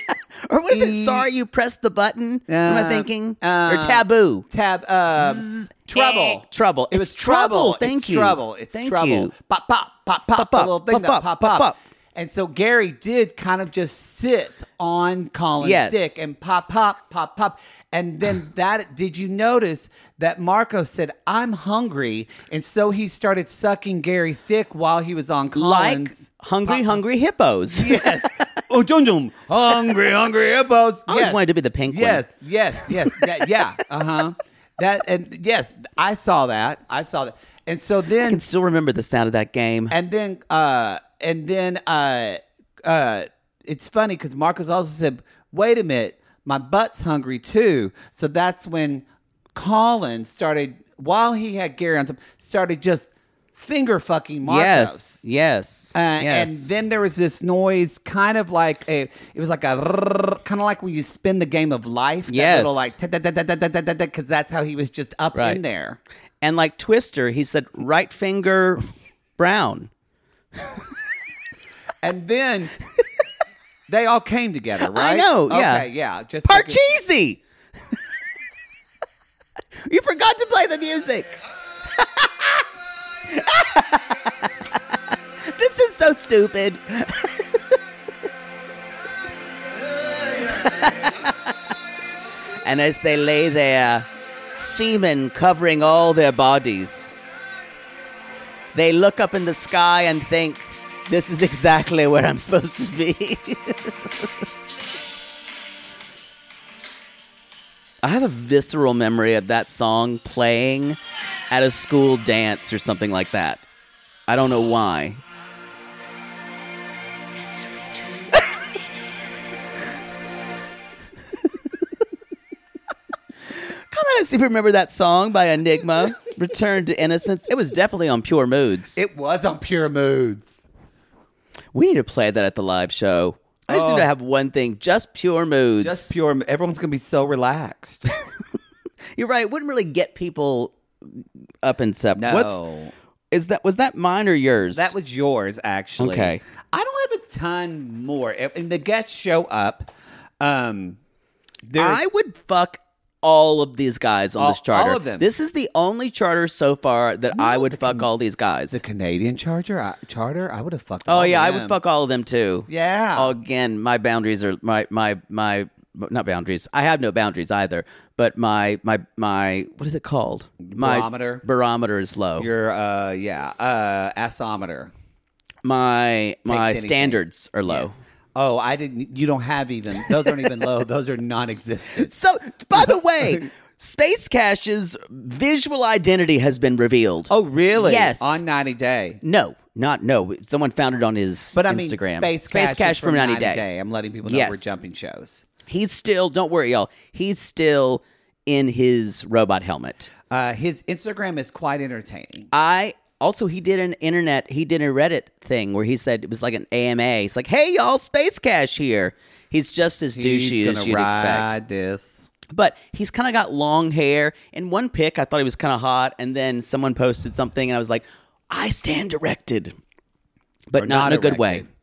Speaker 4: Or was it
Speaker 5: E-
Speaker 4: sorry you pressed the button? What am I
Speaker 5: Uh,
Speaker 4: thinking? or
Speaker 5: uh,
Speaker 4: taboo?
Speaker 5: Tab uh, trouble.
Speaker 4: eh, trouble.
Speaker 5: It was
Speaker 4: It's trouble.
Speaker 5: trouble.
Speaker 4: Thank
Speaker 5: it's
Speaker 4: you.
Speaker 5: Trouble. It's
Speaker 4: Thank
Speaker 5: trouble.
Speaker 4: you.
Speaker 5: Pop pop pop pop.
Speaker 4: Pop,
Speaker 5: the
Speaker 4: pop,
Speaker 5: little thing
Speaker 4: pop,
Speaker 5: that
Speaker 4: pop,
Speaker 5: pop
Speaker 4: pop,
Speaker 5: up.
Speaker 4: pop.
Speaker 5: And so Gary did kind of just sit on Colin's
Speaker 4: Yes.
Speaker 5: dick and pop pop pop pop. And
Speaker 4: <sighs>
Speaker 5: then that did you notice that Marco said I'm hungry, and so he started sucking Gary's dick while he was on
Speaker 4: Like
Speaker 5: Colin's.
Speaker 4: hungry, hungry <laughs> hippos.
Speaker 5: Yes. oh, Jum Jum. Hungry, hungry hippos.
Speaker 4: I always
Speaker 5: Yes.
Speaker 4: wanted to be the penguin.
Speaker 5: Yes, yes, yes. That, yeah. Uh huh. That and yes, I saw that. I saw that. And so
Speaker 4: I
Speaker 5: then,
Speaker 4: can still remember the sound of that game.
Speaker 5: and then, uh, and then, uh, uh, it's funny because Marcus also said, "Wait a minute, my butt's hungry too." So that's when Colin started, while he had Gary on top, started just finger fucking Marcos.
Speaker 4: yes, yes,
Speaker 5: Uh,
Speaker 4: yes.
Speaker 5: And then there was this noise, kind of like a, it was like a, rrrr, kind of like when you spin the game of life. that
Speaker 4: Yes.
Speaker 5: Little like, because that's how he was just up
Speaker 4: Right.
Speaker 5: in there.
Speaker 4: And like Twister, he said right finger brown.
Speaker 5: And then they all came
Speaker 4: <laughs>
Speaker 5: together, right?
Speaker 4: know, yeah.
Speaker 5: Okay, yeah. Just like it-
Speaker 4: Parcheesi. <laughs> you forgot to play the music. <laughs> this is so stupid. <laughs> and as they lay there, semen covering all their bodies, they look up in the sky and think, this is exactly where I'm supposed to be. <laughs> I have a visceral memory of that song playing at a school dance or something like that. I don't know why. <laughs> Come on, see if you remember that song by Enigma, Return to Innocence. It was definitely on Pure Moods.
Speaker 5: It was on Pure Moods.
Speaker 4: we need to play that at the live show. I just need to have one thing, just Pure Moods.
Speaker 5: Oh. Just pure. Mo- Everyone's going to be so
Speaker 4: <laughs>
Speaker 5: relaxed.
Speaker 4: You're right. It wouldn't really get people up and sep.
Speaker 5: No.
Speaker 4: What's is that? Was that mine or yours?
Speaker 5: That was yours, actually.
Speaker 4: Okay.
Speaker 5: I don't have a ton more. And the guests show up. Um, there's-
Speaker 4: I would fuck all of these guys on
Speaker 5: All-
Speaker 4: this charter.
Speaker 5: all of them.
Speaker 4: This is the only charter so far that I would fuck all these guys.
Speaker 5: the Canadian charger, I, charter, I would have fucked.
Speaker 4: oh
Speaker 5: all
Speaker 4: yeah,
Speaker 5: of
Speaker 4: I
Speaker 5: them.
Speaker 4: would fuck all of them too.
Speaker 5: Yeah.
Speaker 4: Again, my boundaries are my my my not boundaries. I have no boundaries either. But my my my what is it called? My
Speaker 5: Barometer.
Speaker 4: Barometer is low.
Speaker 5: Your uh yeah, uh assometer.
Speaker 4: my my
Speaker 5: anything.
Speaker 4: standards are low.
Speaker 5: Oh, I didn't you don't have even those aren't even low, those are non
Speaker 4: <laughs>
Speaker 5: existent.
Speaker 4: So, by
Speaker 5: <laughs>
Speaker 4: the way, Space Cash's visual identity has been revealed.
Speaker 5: Oh really?
Speaker 4: Yes.
Speaker 5: On ninety day.
Speaker 4: no, not no. Someone found it on his
Speaker 5: But I mean
Speaker 4: Instagram.
Speaker 5: Space, Cash, is
Speaker 4: from 90 Day.
Speaker 5: I'm letting people know
Speaker 4: Yes.
Speaker 5: we're jumping shows.
Speaker 4: He's still. Don't worry, y'all. He's still in his robot helmet.
Speaker 5: Uh his Instagram is quite entertaining.
Speaker 4: I also he did an internet. He did a Reddit thing where he said it was like an AMA. It's like, hey, y'all, Space Cash here. He's just as douchey
Speaker 5: He's
Speaker 4: as
Speaker 5: gonna
Speaker 4: you'd expect.
Speaker 5: ride this.
Speaker 4: But he's kind of got long hair. In one pic, I thought he was kind of hot, and then someone posted something, and I was like, "I stand erected," but
Speaker 5: Or
Speaker 4: not, in a good way.
Speaker 5: erected.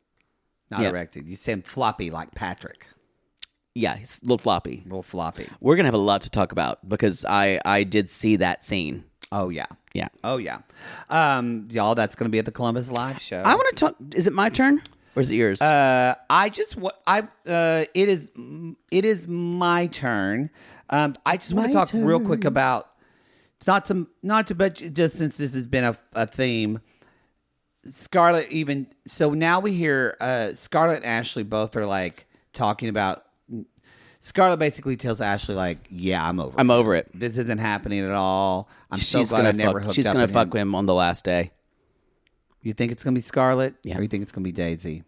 Speaker 5: Not
Speaker 4: Yeah.
Speaker 5: erected. You said floppy like Patrick.
Speaker 4: Yeah, he's a little floppy.
Speaker 5: A little floppy.
Speaker 4: We're gonna have a lot to talk about because I I did see that scene.
Speaker 5: Oh yeah.
Speaker 4: Yeah,
Speaker 5: Oh yeah. Um, y'all, that's gonna be at the Columbus Live show.
Speaker 4: I want to talk. Is it my turn or is it yours?
Speaker 5: Uh, I just wa- I uh, it is it is my turn. Um, I just want to talk real quick about it's not to not to but just since this has been a, a theme. Scarlett even so now we hear uh, Scarlett and Ashley both are like talking about. Scarlett basically tells Ashley like, "Yeah, I'm over.
Speaker 4: I'm over it.
Speaker 5: This isn't happening at all. I'm so
Speaker 4: she's
Speaker 5: glad I
Speaker 4: gonna
Speaker 5: never
Speaker 4: fuck.
Speaker 5: hooked
Speaker 4: She's
Speaker 5: up
Speaker 4: gonna
Speaker 5: with him."
Speaker 4: fuck him on the last day.
Speaker 5: You think it's gonna be Scarlett?
Speaker 4: Yeah.
Speaker 5: Or you think it's gonna be Daisy?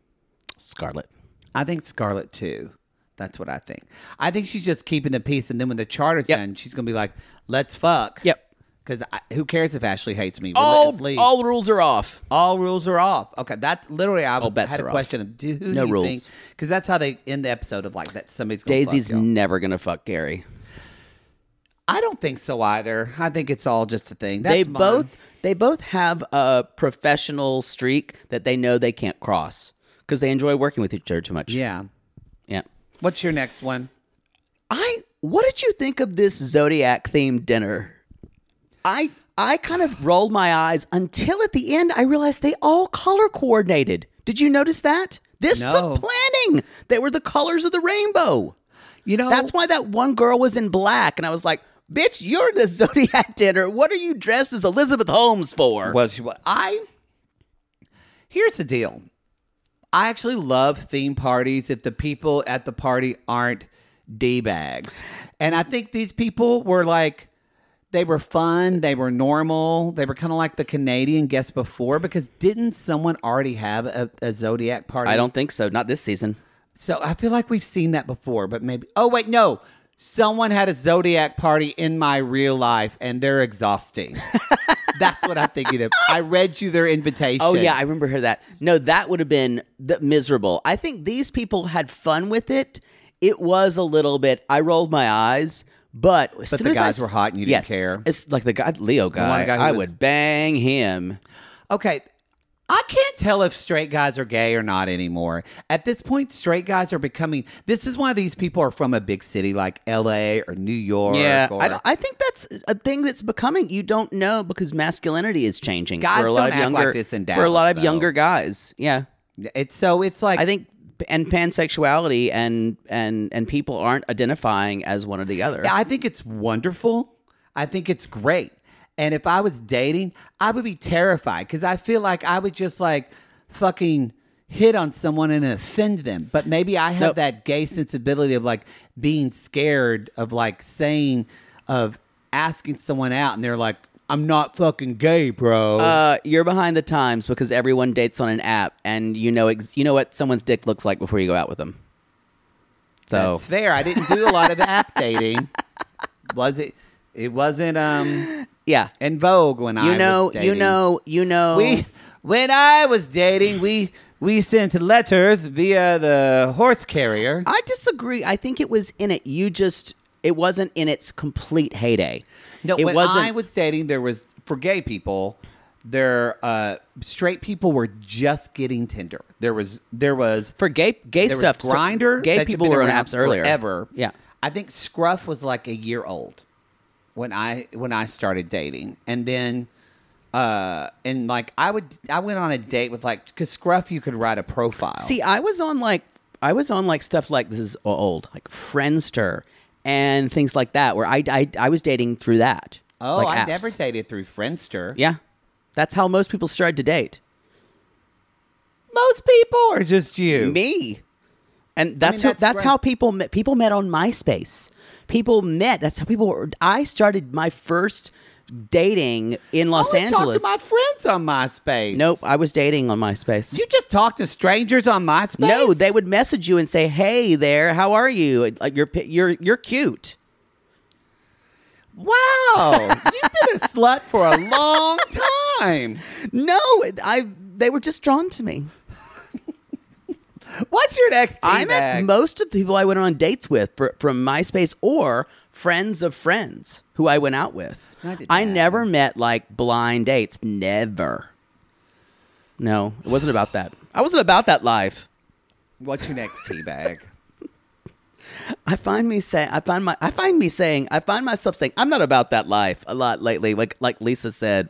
Speaker 4: Scarlet.
Speaker 5: I think Scarlet too. That's what I think. I think she's just keeping the peace, and then when the charter's
Speaker 4: Yep.
Speaker 5: done, she's gonna be like, "Let's fuck."
Speaker 4: Yep.
Speaker 5: Because who cares if Ashley hates me? We're
Speaker 4: All
Speaker 5: let's leave.
Speaker 4: all rules are off.
Speaker 5: All rules are off. Okay, that's literally I
Speaker 4: All bets
Speaker 5: had a
Speaker 4: are off.
Speaker 5: question of do who
Speaker 4: No
Speaker 5: do you
Speaker 4: rules.
Speaker 5: because that's how they end the episode of like that somebody's gonna
Speaker 4: Daisy's
Speaker 5: Fuck y'all.
Speaker 4: never gonna fuck Gary.
Speaker 5: I don't think so either. I think it's all just a thing. That's
Speaker 4: they
Speaker 5: mine.
Speaker 4: both they both have a professional streak that they know they can't cross because they enjoy working with each other too much.
Speaker 5: yeah.
Speaker 4: yeah.
Speaker 5: What's your next one?
Speaker 7: I
Speaker 4: What did you think of this zodiac themed dinner?
Speaker 7: I
Speaker 4: I kind of rolled my eyes until at the end I realized they all color coordinated. Did you notice that? This
Speaker 5: No. Oh.
Speaker 4: took planning. They were the colors of the rainbow.
Speaker 5: You know,
Speaker 4: That's why that one girl was in black, and I was like, "Bitch, you're the <laughs> Zodiac dinner. What are you dressed as Elizabeth Holmes for?"
Speaker 5: Well, she was. I. Here's the deal. I actually love theme parties if the people at the party aren't d bags, and I think these people were like. They were fun. They were normal. They were kind of like the Canadian guest before because didn't someone already have a, a Zodiac party?
Speaker 7: I don't think so. Not this season.
Speaker 5: So I feel like we've seen that before, but maybe. Oh, wait, no. Someone had a Zodiac party in my real life and
Speaker 7: <laughs>
Speaker 5: they're exhausting. That's what I'm thinking of. I read you their invitation.
Speaker 7: Oh yeah, I
Speaker 5: I,
Speaker 7: remember her that. No, that would have been the, miserable. I think these people had fun with it. It was a little bit. I rolled my eyes, but as
Speaker 5: But
Speaker 7: soon
Speaker 5: the
Speaker 7: as I
Speaker 5: guys
Speaker 7: s-
Speaker 5: were hot and you didn't
Speaker 7: yes,
Speaker 5: care.
Speaker 7: It's like the guy Leo guy.
Speaker 5: guy who
Speaker 7: I
Speaker 5: was-
Speaker 7: would bang him.
Speaker 5: Okay. I can't tell if straight guys are gay or not anymore. At this point, straight guys are becoming. This is why these people are from a big city like LA or New York. or,
Speaker 7: I, don't- I
Speaker 4: I think that's a thing that's becoming. You don't know because masculinity is changing
Speaker 5: Guys
Speaker 4: for a lot
Speaker 5: don't
Speaker 4: of
Speaker 5: act
Speaker 4: younger
Speaker 5: like this in
Speaker 4: for a lot
Speaker 5: Dallas,
Speaker 4: of
Speaker 5: though.
Speaker 4: younger guys. Yeah,
Speaker 5: it's so it's like
Speaker 4: I think and pansexuality and and and people aren't identifying as one or the other.
Speaker 5: I think it's wonderful. I think it's great. And if I was dating, I would be terrified because I feel like I would just like fucking hit on someone and offend them. But maybe I have that gay sensibility of like being scared of like saying, of asking someone out and they're like, I'm not fucking gay, bro.
Speaker 4: Uh, you're behind the times because everyone dates on an app, and you know ex- you know what someone's dick looks like before you go out with them. So
Speaker 5: That's fair. I didn't do a lot of app dating. Was it? It wasn't um
Speaker 4: yeah,
Speaker 5: in vogue when I
Speaker 4: you
Speaker 5: was
Speaker 4: know, you
Speaker 5: dating.
Speaker 4: know, you know.
Speaker 5: We when I was dating, we we sent letters via the horse carrier.
Speaker 4: I disagree. I think it was in it. You just it wasn't in its complete heyday.
Speaker 5: No,
Speaker 4: it
Speaker 5: when
Speaker 4: wasn't.
Speaker 5: I was dating, there was for gay people, there uh, straight people were just getting Tinder. There was there was
Speaker 4: for gay gay
Speaker 5: there
Speaker 4: stuff.
Speaker 5: was grinder.
Speaker 4: Gay people were on apps earlier.
Speaker 5: Ever.
Speaker 4: Yeah.
Speaker 5: I think Scruff was like a year old when I when I started dating, and then uh and like I would I went on a date with like because Scruff you could write a profile.
Speaker 4: See, I was on like I was on like stuff like this is old, like Friendster and things like that, where I I, I was dating through that.
Speaker 5: Oh,
Speaker 4: like
Speaker 5: I
Speaker 4: apps.
Speaker 5: never dated through Friendster.
Speaker 4: Yeah, that's how most people started to date.
Speaker 5: Most people or just you.
Speaker 4: Me. And that's
Speaker 5: mean,
Speaker 4: who-
Speaker 5: that's
Speaker 4: that's,
Speaker 5: right.
Speaker 4: how people met. People met on MySpace. People met. That's how people. Were, I started my first dating in Los
Speaker 5: I only talk to
Speaker 4: Angeles.
Speaker 5: my friends on MySpace.
Speaker 4: nope, I was dating on MySpace.
Speaker 5: You just talk to strangers on MySpace?
Speaker 4: no, they would message you and say, "Hey there, how are you? Like you're pi- you're you're cute."
Speaker 5: Wow.
Speaker 4: <laughs>
Speaker 5: You've been a slut for a long time.
Speaker 4: No, I they were just drawn to me.
Speaker 5: What's your next
Speaker 4: I
Speaker 5: teabag?
Speaker 4: met most of the people I went on dates with for, from MySpace or friends of friends who I went out with.
Speaker 5: I did
Speaker 4: I
Speaker 5: not.
Speaker 4: never met like blind dates. Never. No, it wasn't about that. I wasn't about that life.
Speaker 5: What's your next teabag?
Speaker 4: I find me saying, I find my, I find me saying, I find myself saying, I'm not about that life a lot lately. Like, like Lisa said,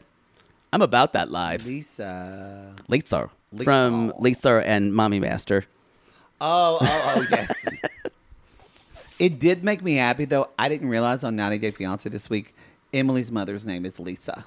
Speaker 4: I'm about that life.
Speaker 5: Lisa.
Speaker 4: Lisa, from Lisa and Mommy Master.
Speaker 5: Oh, oh, oh, yes.
Speaker 4: <laughs>
Speaker 5: it did make me happy, though. I didn't realize on 90 Day Fiancé this week, Emily's mother's name is Lisa.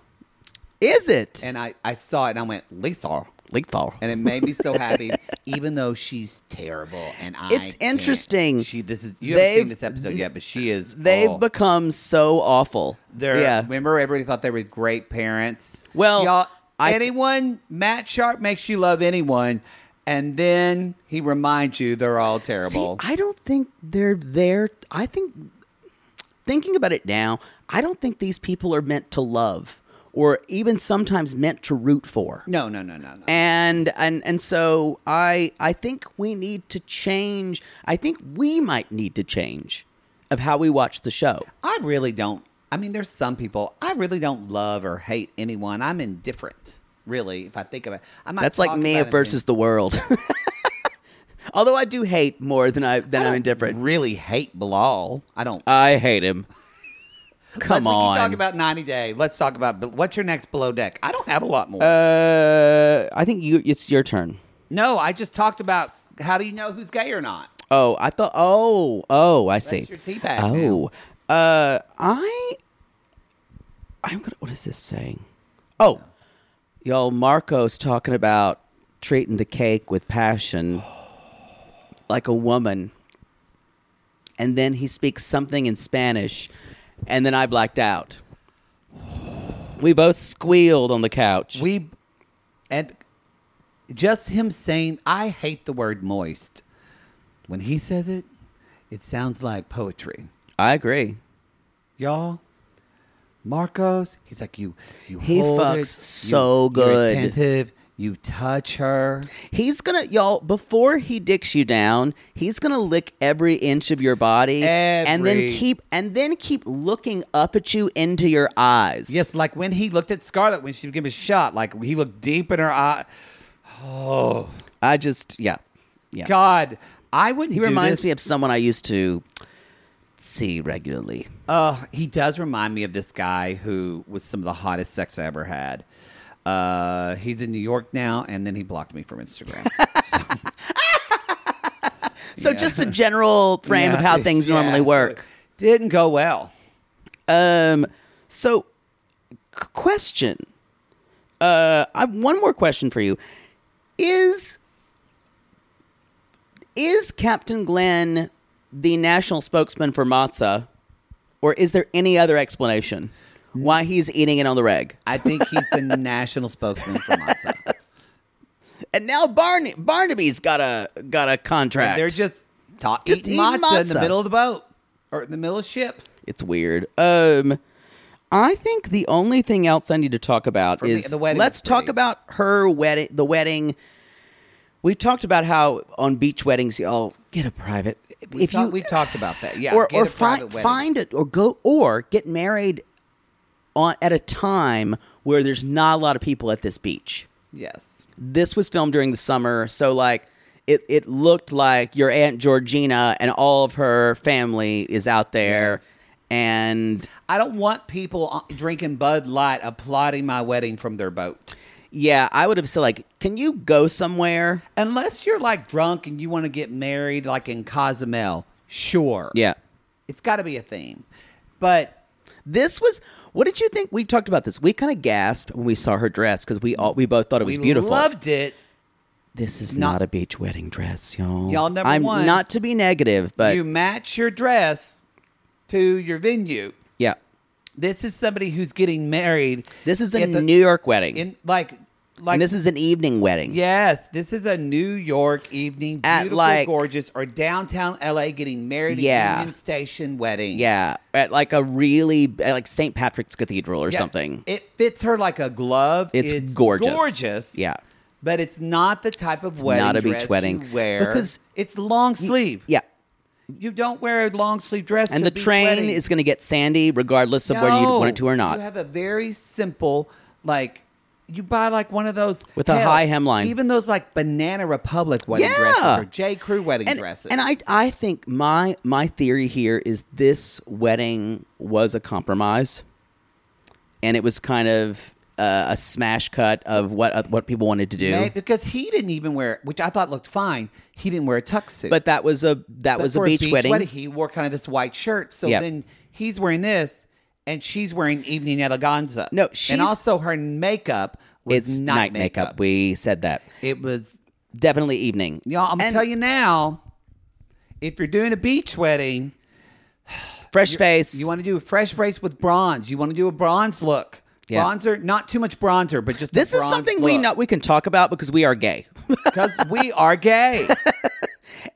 Speaker 4: Is it?
Speaker 5: And I, I saw it and I went, Lisa.
Speaker 4: Lisa.
Speaker 5: and it made me so happy, even though she's terrible. And I,
Speaker 4: It's
Speaker 5: can't-
Speaker 4: interesting.
Speaker 5: She, this is you haven't seen
Speaker 4: They've-
Speaker 5: this episode yet, but she is.
Speaker 4: They've
Speaker 5: oh,
Speaker 4: become so awful.
Speaker 5: They're,
Speaker 4: yeah.
Speaker 5: Remember, everybody thought they were great parents.
Speaker 4: Well,
Speaker 5: y'all,
Speaker 4: I-
Speaker 5: anyone Matt Sharp makes you love anyone, and then he reminds you they're all
Speaker 4: See,
Speaker 5: terrible.
Speaker 4: I don't think they're there. I think thinking about it now, I don't think these people are meant to love or even sometimes meant to root for.
Speaker 5: no, no, no, no, no.
Speaker 4: And and and so I I think we need to change. I think we might need to change of how we watch the show.
Speaker 5: I really don't. I mean, there's some people I really don't love or hate anyone. I'm indifferent, really. If I think about, it. I'm not
Speaker 4: That's like
Speaker 5: talking
Speaker 4: me
Speaker 5: about anything.
Speaker 4: versus the world. <laughs> Although I do hate more than I than
Speaker 5: <laughs>
Speaker 4: I'm indifferent.
Speaker 5: Really hate Bilal. I don't.
Speaker 4: I hate him.
Speaker 5: Let's-
Speaker 4: Come
Speaker 5: We can
Speaker 4: on.
Speaker 5: talk about 90 Day. Let's talk about what's your next below deck. I don't have a lot more.
Speaker 4: uh, I think you. It's your turn.
Speaker 5: no, I just talked about how do you know who's gay or not?
Speaker 4: Oh, I thought. Oh, oh, I see.
Speaker 5: your tea bag
Speaker 4: Oh, uh, I. I'm gonna. What is this saying? Oh, y'all, Marcos talking about treating the cake with passion, <sighs> like a woman, and then he speaks something in Spanish, and then I blacked out. We both squealed on the couch.
Speaker 5: We and just him saying, I hate the word moist. When he says it, it sounds like poetry.
Speaker 4: I agree.
Speaker 5: Y'all, Marcos, he's like you. You
Speaker 4: He
Speaker 5: hold it,
Speaker 4: fucks
Speaker 5: you-
Speaker 4: so
Speaker 5: You're
Speaker 4: good.
Speaker 5: attentive. You touch her.
Speaker 4: He's gonna, y'all, before he dicks you down, he's gonna lick every inch of your body and then
Speaker 5: Every-
Speaker 4: keep and then keep looking up at you into your eyes.
Speaker 5: Yes, like when he looked at Scarlett when she would give him a shot. Like he looked deep in her eye. Oh
Speaker 4: I just yeah. Yeah.
Speaker 5: God, I wouldn't.
Speaker 4: He
Speaker 5: do
Speaker 4: reminds
Speaker 5: this.
Speaker 4: me of someone I used to see regularly.
Speaker 5: Oh, he does remind me of this guy who was some of the hottest sex I ever had. Uh, he's in New York now, and then he blocked me from
Speaker 4: <laughs>
Speaker 5: Instagram.
Speaker 4: So
Speaker 5: Yeah.
Speaker 4: just a general frame of how
Speaker 5: <laughs>
Speaker 4: things
Speaker 5: Yeah,
Speaker 4: normally
Speaker 5: so
Speaker 4: work.
Speaker 5: it Didn't go well.
Speaker 4: Um so c- question. Uh I've one more question for you. Is is Captain Glenn the national spokesman for matzah, or is there any other explanation why he's eating it on the reg?
Speaker 5: I think he's
Speaker 4: <laughs>
Speaker 5: the national spokesman for matzah.
Speaker 4: And now Barn- Barnaby's got a got a contract.
Speaker 5: They're just, ta-
Speaker 4: Just
Speaker 5: eating
Speaker 4: eating
Speaker 5: matzah, in the
Speaker 4: matzah.
Speaker 5: middle of the boat or in the middle of the ship.
Speaker 4: it's weird. Um, I think the only thing else I need to talk about
Speaker 5: For me,
Speaker 4: is
Speaker 5: the wedding
Speaker 4: let's
Speaker 5: was
Speaker 4: talk
Speaker 5: pretty.
Speaker 4: about her wedding. The wedding. We talked about how on beach weddings y'all get a private.
Speaker 5: We talk- we talked about that. Yeah,
Speaker 4: or
Speaker 5: get
Speaker 4: or
Speaker 5: a
Speaker 4: fi-
Speaker 5: private wedding.
Speaker 4: find it or go or get married on at a time where there's not a lot of people at this beach
Speaker 5: Yes.
Speaker 4: this was filmed during the summer, so like it it looked like your aunt Georgina and all of her family is out there, and
Speaker 5: I don't want people uh, drinking Bud Light applauding my wedding from their boat.
Speaker 4: yeah, I would have said like, can you go somewhere?
Speaker 5: Unless you're like drunk and you want to get married, like in Cozumel, sure.
Speaker 4: Yeah,
Speaker 5: It's got to be a theme. But
Speaker 4: this was. What did you think? We talked about this. We kind of gasped when we saw her dress because we all we both thought it was
Speaker 5: we
Speaker 4: beautiful.
Speaker 5: loved it.
Speaker 4: this is
Speaker 5: Not-
Speaker 4: not, a beach wedding dress, y'all.
Speaker 5: Y'all, number
Speaker 4: I'm
Speaker 5: one-
Speaker 4: not to be negative, but
Speaker 5: you match your dress to your venue.
Speaker 4: yeah,
Speaker 5: This is somebody who's getting married.
Speaker 4: this is a
Speaker 5: at the-
Speaker 4: New York wedding,
Speaker 5: in like like
Speaker 4: and this is an evening wedding.
Speaker 5: yes, this is a New York evening,
Speaker 4: At,
Speaker 5: beautiful,
Speaker 4: like-
Speaker 5: gorgeous, or downtown LA getting married at
Speaker 4: Yeah.
Speaker 5: Union Station wedding.
Speaker 4: Yeah, at like a really at like St. Patrick's Cathedral or
Speaker 5: Yeah.
Speaker 4: something.
Speaker 5: It fits her like a glove.
Speaker 4: It's gorgeous.
Speaker 5: Gorgeous.
Speaker 4: Yeah.
Speaker 5: But it's not the type of wedding
Speaker 4: not a beach
Speaker 5: dress
Speaker 4: wedding.
Speaker 5: you wear
Speaker 4: Because-
Speaker 5: it's long sleeve.
Speaker 4: yeah,
Speaker 5: You don't wear a long sleeve dress. to
Speaker 4: and
Speaker 5: a
Speaker 4: the
Speaker 5: beach
Speaker 4: train
Speaker 5: wedding.
Speaker 4: is going to get sandy regardless of whether you want
Speaker 5: No.
Speaker 4: it to or not.
Speaker 5: You have a very simple, like, you buy like one of those
Speaker 4: With a high hemline.
Speaker 5: Even those like Banana Republic wedding
Speaker 4: Yeah.
Speaker 5: dresses or J. Crew wedding
Speaker 4: and,
Speaker 5: dresses.
Speaker 4: and I I think my my theory here is this wedding was a compromise, and it was kind of uh, a smash cut of what uh, what people wanted to do.
Speaker 5: May- because he didn't even wear, which I thought looked fine. He didn't wear a tux suit.
Speaker 4: But that was a that
Speaker 5: But
Speaker 4: was a
Speaker 5: for
Speaker 4: beach,
Speaker 5: He wore kind of this white shirt. So
Speaker 4: Yeah.
Speaker 5: then he's wearing this, and she's wearing evening eleganza.
Speaker 4: No, she's-
Speaker 5: and also her makeup was
Speaker 4: It's
Speaker 5: not
Speaker 4: night makeup. We said that
Speaker 5: it was
Speaker 4: definitely evening.
Speaker 5: y'all. I'm gonna
Speaker 4: And-
Speaker 5: tell you now, if you're doing a beach wedding,
Speaker 4: fresh face.
Speaker 5: you want to do a fresh brace with bronze. You want to do a bronze look.
Speaker 4: Yeah.
Speaker 5: Bronzer, not too much bronzer, but just a
Speaker 4: This is
Speaker 5: bronze
Speaker 4: something
Speaker 5: look.
Speaker 4: we know we can talk about because we
Speaker 5: <laughs>
Speaker 4: are gay. <laughs>
Speaker 5: because we are gay.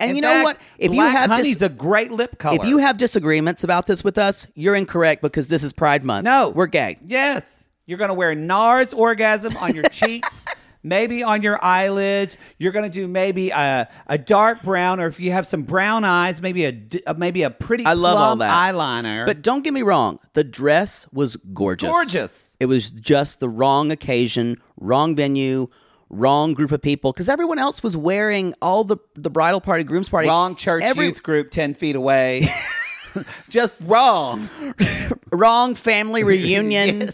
Speaker 4: And
Speaker 5: In
Speaker 4: you
Speaker 5: fact,
Speaker 4: know what? If
Speaker 5: Black
Speaker 4: you have
Speaker 5: honey's
Speaker 4: dis-
Speaker 5: a great lip color.
Speaker 4: if you have disagreements about this with us, you're incorrect because this is Pride Month.
Speaker 5: No.
Speaker 4: we're gay.
Speaker 5: Yes. You're going to wear NARS orgasm on your
Speaker 4: <laughs>
Speaker 5: cheeks, maybe on your eyelids. You're going to do maybe a, a dark brown, or if you have some brown eyes, maybe a, d- uh, maybe a pretty
Speaker 4: I love all
Speaker 5: plum
Speaker 4: that
Speaker 5: eyeliner.
Speaker 4: But don't get me wrong, the dress was gorgeous.
Speaker 5: Gorgeous.
Speaker 4: It was just the wrong occasion, wrong venue, wrong group of people because everyone else was wearing all the the bridal party, groom's party,
Speaker 5: Wrong church
Speaker 4: every-
Speaker 5: youth group 10 feet
Speaker 4: <laughs>
Speaker 5: away. <laughs> Just wrong. <laughs>
Speaker 4: wrong family reunion,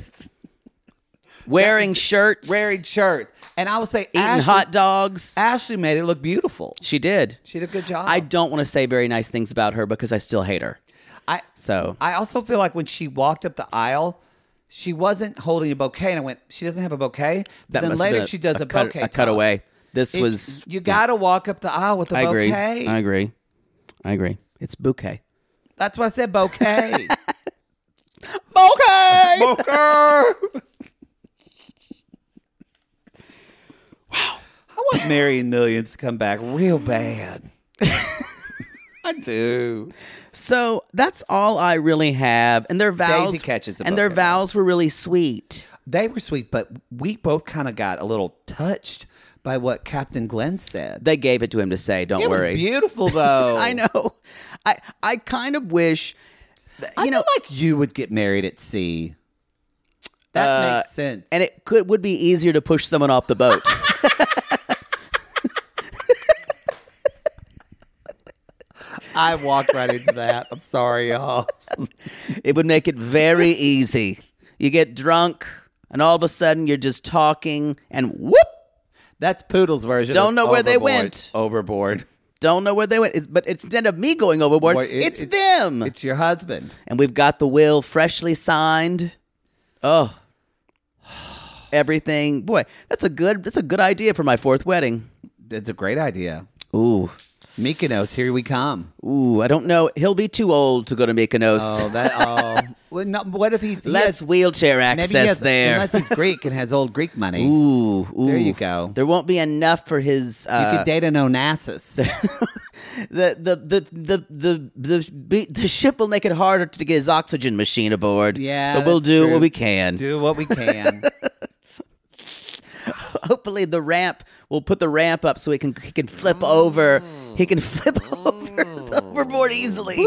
Speaker 4: wearing shirts,
Speaker 5: Wearing shirts. And I would say
Speaker 4: eating
Speaker 5: Ashley,
Speaker 4: hot dogs.
Speaker 5: Ashley made it look beautiful.
Speaker 4: She did.
Speaker 5: She did a good job.
Speaker 4: I don't want to say very nice things about her because I still hate her.
Speaker 5: I
Speaker 4: So
Speaker 5: I also feel like when she walked up the aisle, she wasn't holding a bouquet, and I went, "She doesn't have a bouquet." But
Speaker 4: that
Speaker 5: then
Speaker 4: must have
Speaker 5: later
Speaker 4: been
Speaker 5: she does a,
Speaker 4: cut-
Speaker 5: bouquet.
Speaker 4: A
Speaker 5: top.
Speaker 4: cutaway. This
Speaker 5: It-
Speaker 4: was.
Speaker 5: you got to walk up the aisle with a
Speaker 4: I agree.
Speaker 5: bouquet.
Speaker 4: I agree. I agree. It's bouquet.
Speaker 5: That's why I said
Speaker 4: <laughs>
Speaker 5: bouquet.
Speaker 4: Bouquet.
Speaker 5: Booker. wow. I want Mary and Millions to come back real bad. I do.
Speaker 4: So that's all I really have. And their vows
Speaker 5: Daisy catches a
Speaker 4: and their
Speaker 5: bouquet.
Speaker 4: vows were really sweet.
Speaker 5: They were sweet, but we both kind of got a little touched by what Captain Glenn said.
Speaker 4: They gave it to him to say, "Don't
Speaker 5: it
Speaker 4: worry."
Speaker 5: was beautiful, though.
Speaker 4: <laughs> I know. I I kind of wish that-
Speaker 5: I
Speaker 4: you know
Speaker 5: feel like you would get married at sea. That
Speaker 4: Uh,
Speaker 5: makes sense.
Speaker 4: and it could would be easier to push someone off
Speaker 5: <laughs>
Speaker 4: the boat.
Speaker 5: I walked right into that. I'm sorry, y'all.
Speaker 4: it would make it very easy. You get drunk and all of a sudden you're just talking and whoop,
Speaker 5: That's Poodle's version.
Speaker 4: Don't
Speaker 5: of
Speaker 4: know where they
Speaker 5: overboard-
Speaker 4: went.
Speaker 5: Overboard.
Speaker 4: don't know where they went. It's, but instead of me going overboard,
Speaker 5: Boy, it-
Speaker 4: it's, them.
Speaker 5: It's your husband.
Speaker 4: and we've got the will freshly signed. Oh, <sighs> everything, boy, that's a good that's a good idea for my fourth wedding.
Speaker 5: That's a great idea.
Speaker 4: Ooh,
Speaker 5: Mykonos, here we come.
Speaker 4: ooh, I don't know. He'll be too old to go to Mykonos.
Speaker 5: Oh, that. Oh, well, no, what if he's he
Speaker 4: Less
Speaker 5: has-
Speaker 4: wheelchair
Speaker 5: maybe
Speaker 4: access
Speaker 5: he has-
Speaker 4: there.
Speaker 5: Unless he's Greek and has old Greek money,
Speaker 4: ooh, ooh,
Speaker 5: There you go.
Speaker 4: There won't be enough for his.
Speaker 5: you
Speaker 4: Uh,
Speaker 5: could date an Onassis.
Speaker 4: <laughs> the, the the the the the be- the ship will make it harder to get his oxygen machine aboard.
Speaker 5: Yeah,
Speaker 4: but we'll
Speaker 5: that's
Speaker 4: do
Speaker 5: true.
Speaker 4: what we can.
Speaker 5: Do what we can.
Speaker 4: hopefully the ramp we'll put the ramp up so he can he can flip over he can flip <laughs> over overboard easily <laughs>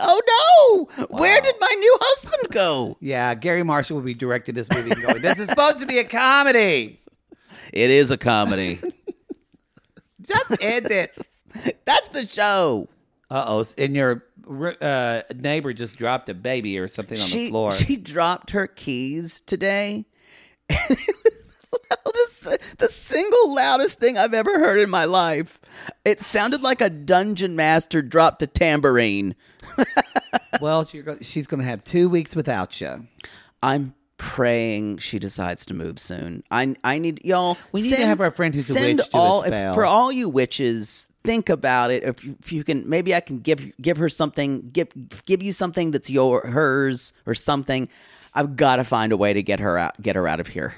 Speaker 4: oh no where did my new husband go
Speaker 5: yeah, Gary Marshall will be directing this movie. and Going, this is supposed to be a comedy.
Speaker 4: it is a comedy
Speaker 5: Just end it.
Speaker 4: <laughs> that's the show
Speaker 5: Uh oh, and your uh, neighbor just dropped a baby or something on
Speaker 4: she
Speaker 5: the floor.
Speaker 4: <laughs> she dropped her keys today <laughs> the, the single loudest thing I've ever heard in my life. It sounded like a dungeon master dropped a tambourine.
Speaker 5: well, you're go- she's going to have two weeks without you.
Speaker 4: I'm praying she decides to move soon. I I need y'all.
Speaker 5: We need to have our friend who's a
Speaker 4: send
Speaker 5: witch do a
Speaker 4: all, if-
Speaker 5: spell.
Speaker 4: for all you witches. Think about it. If you, if you can, maybe I can give give her something. Give give you something that's your hers or something. I've got to find a way to get her out. Get her out of here.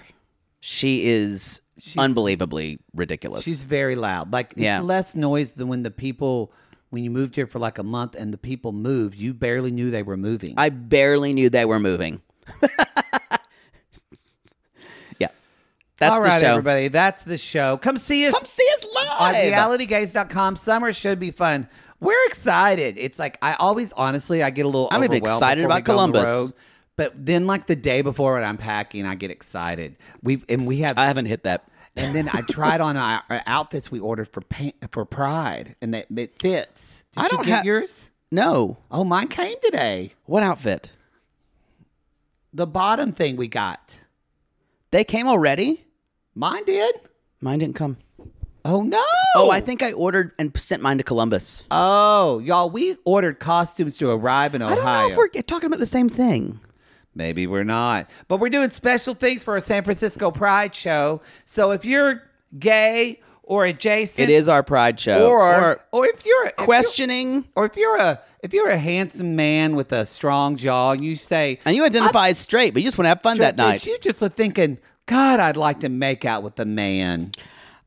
Speaker 4: She is unbelievably ridiculous.
Speaker 5: She's very loud. Like it's
Speaker 4: Yeah.
Speaker 5: less noise than when the people when you moved here for like a month and the people moved, you barely knew they were moving.
Speaker 4: I barely knew they were moving. <laughs> yeah, that's
Speaker 5: All
Speaker 4: the
Speaker 5: right,
Speaker 4: show.
Speaker 5: everybody, that's the show. Come see us.
Speaker 4: Come see us
Speaker 5: on
Speaker 4: live.
Speaker 5: realitygaze.com. Summer should be fun. We're excited. It's like I always, honestly, I get a little.
Speaker 4: I'm even
Speaker 5: overwhelmed
Speaker 4: excited
Speaker 5: before we
Speaker 4: about
Speaker 5: go on the
Speaker 4: Columbus.
Speaker 5: road. But then, like the day before, when I'm packing, I get excited. We and we have
Speaker 4: I haven't hit that.
Speaker 5: And then I tried on our, our outfits we ordered for pan, for Pride, and that it fits. Did
Speaker 4: I
Speaker 5: you
Speaker 4: don't
Speaker 5: get
Speaker 4: ha-
Speaker 5: yours?
Speaker 4: No.
Speaker 5: Oh, mine came today.
Speaker 4: What outfit?
Speaker 5: The bottom thing we got,
Speaker 4: They came already?
Speaker 5: mine did.
Speaker 4: Mine didn't come.
Speaker 5: Oh no!
Speaker 4: Oh, I think I ordered and sent mine to Columbus.
Speaker 5: Oh, y'all, we ordered costumes to arrive in
Speaker 4: I
Speaker 5: Ohio.
Speaker 4: don't know if we're g- talking about the same thing.
Speaker 5: Maybe we're not. But we're doing special things for our San Francisco Pride show. So if you're gay or adjacent,
Speaker 4: It is our pride show.
Speaker 5: or or, if you're if you're-
Speaker 4: questioning.
Speaker 5: or if you're a if you're a handsome man with a strong jaw, and you say
Speaker 4: and you identify as straight, but you just want to have fun
Speaker 5: Sure,
Speaker 4: that
Speaker 5: but
Speaker 4: night.
Speaker 5: You just are thinking, God, I'd like to make out with a man.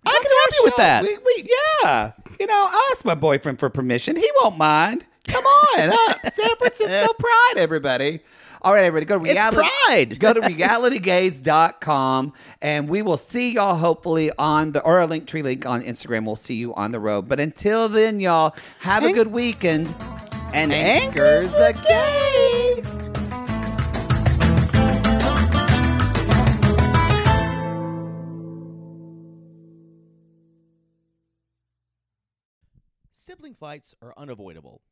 Speaker 4: I can help you with that.
Speaker 5: We, we, yeah. You know, I asked my boyfriend for permission. He won't mind. Come on <laughs> up. San Francisco Pride, everybody. All right, everybody, go to
Speaker 4: It's
Speaker 5: reality. <laughs>
Speaker 4: Pride.
Speaker 5: Go to realitygaze.com and we will see y'all hopefully on the or a link tree link on Instagram. We'll see you on the road. But until then, y'all, have a
Speaker 4: Ang-
Speaker 5: good weekend.
Speaker 4: and
Speaker 5: Anchors
Speaker 4: anchors
Speaker 5: a gay.
Speaker 4: Sibling fights are unavoidable,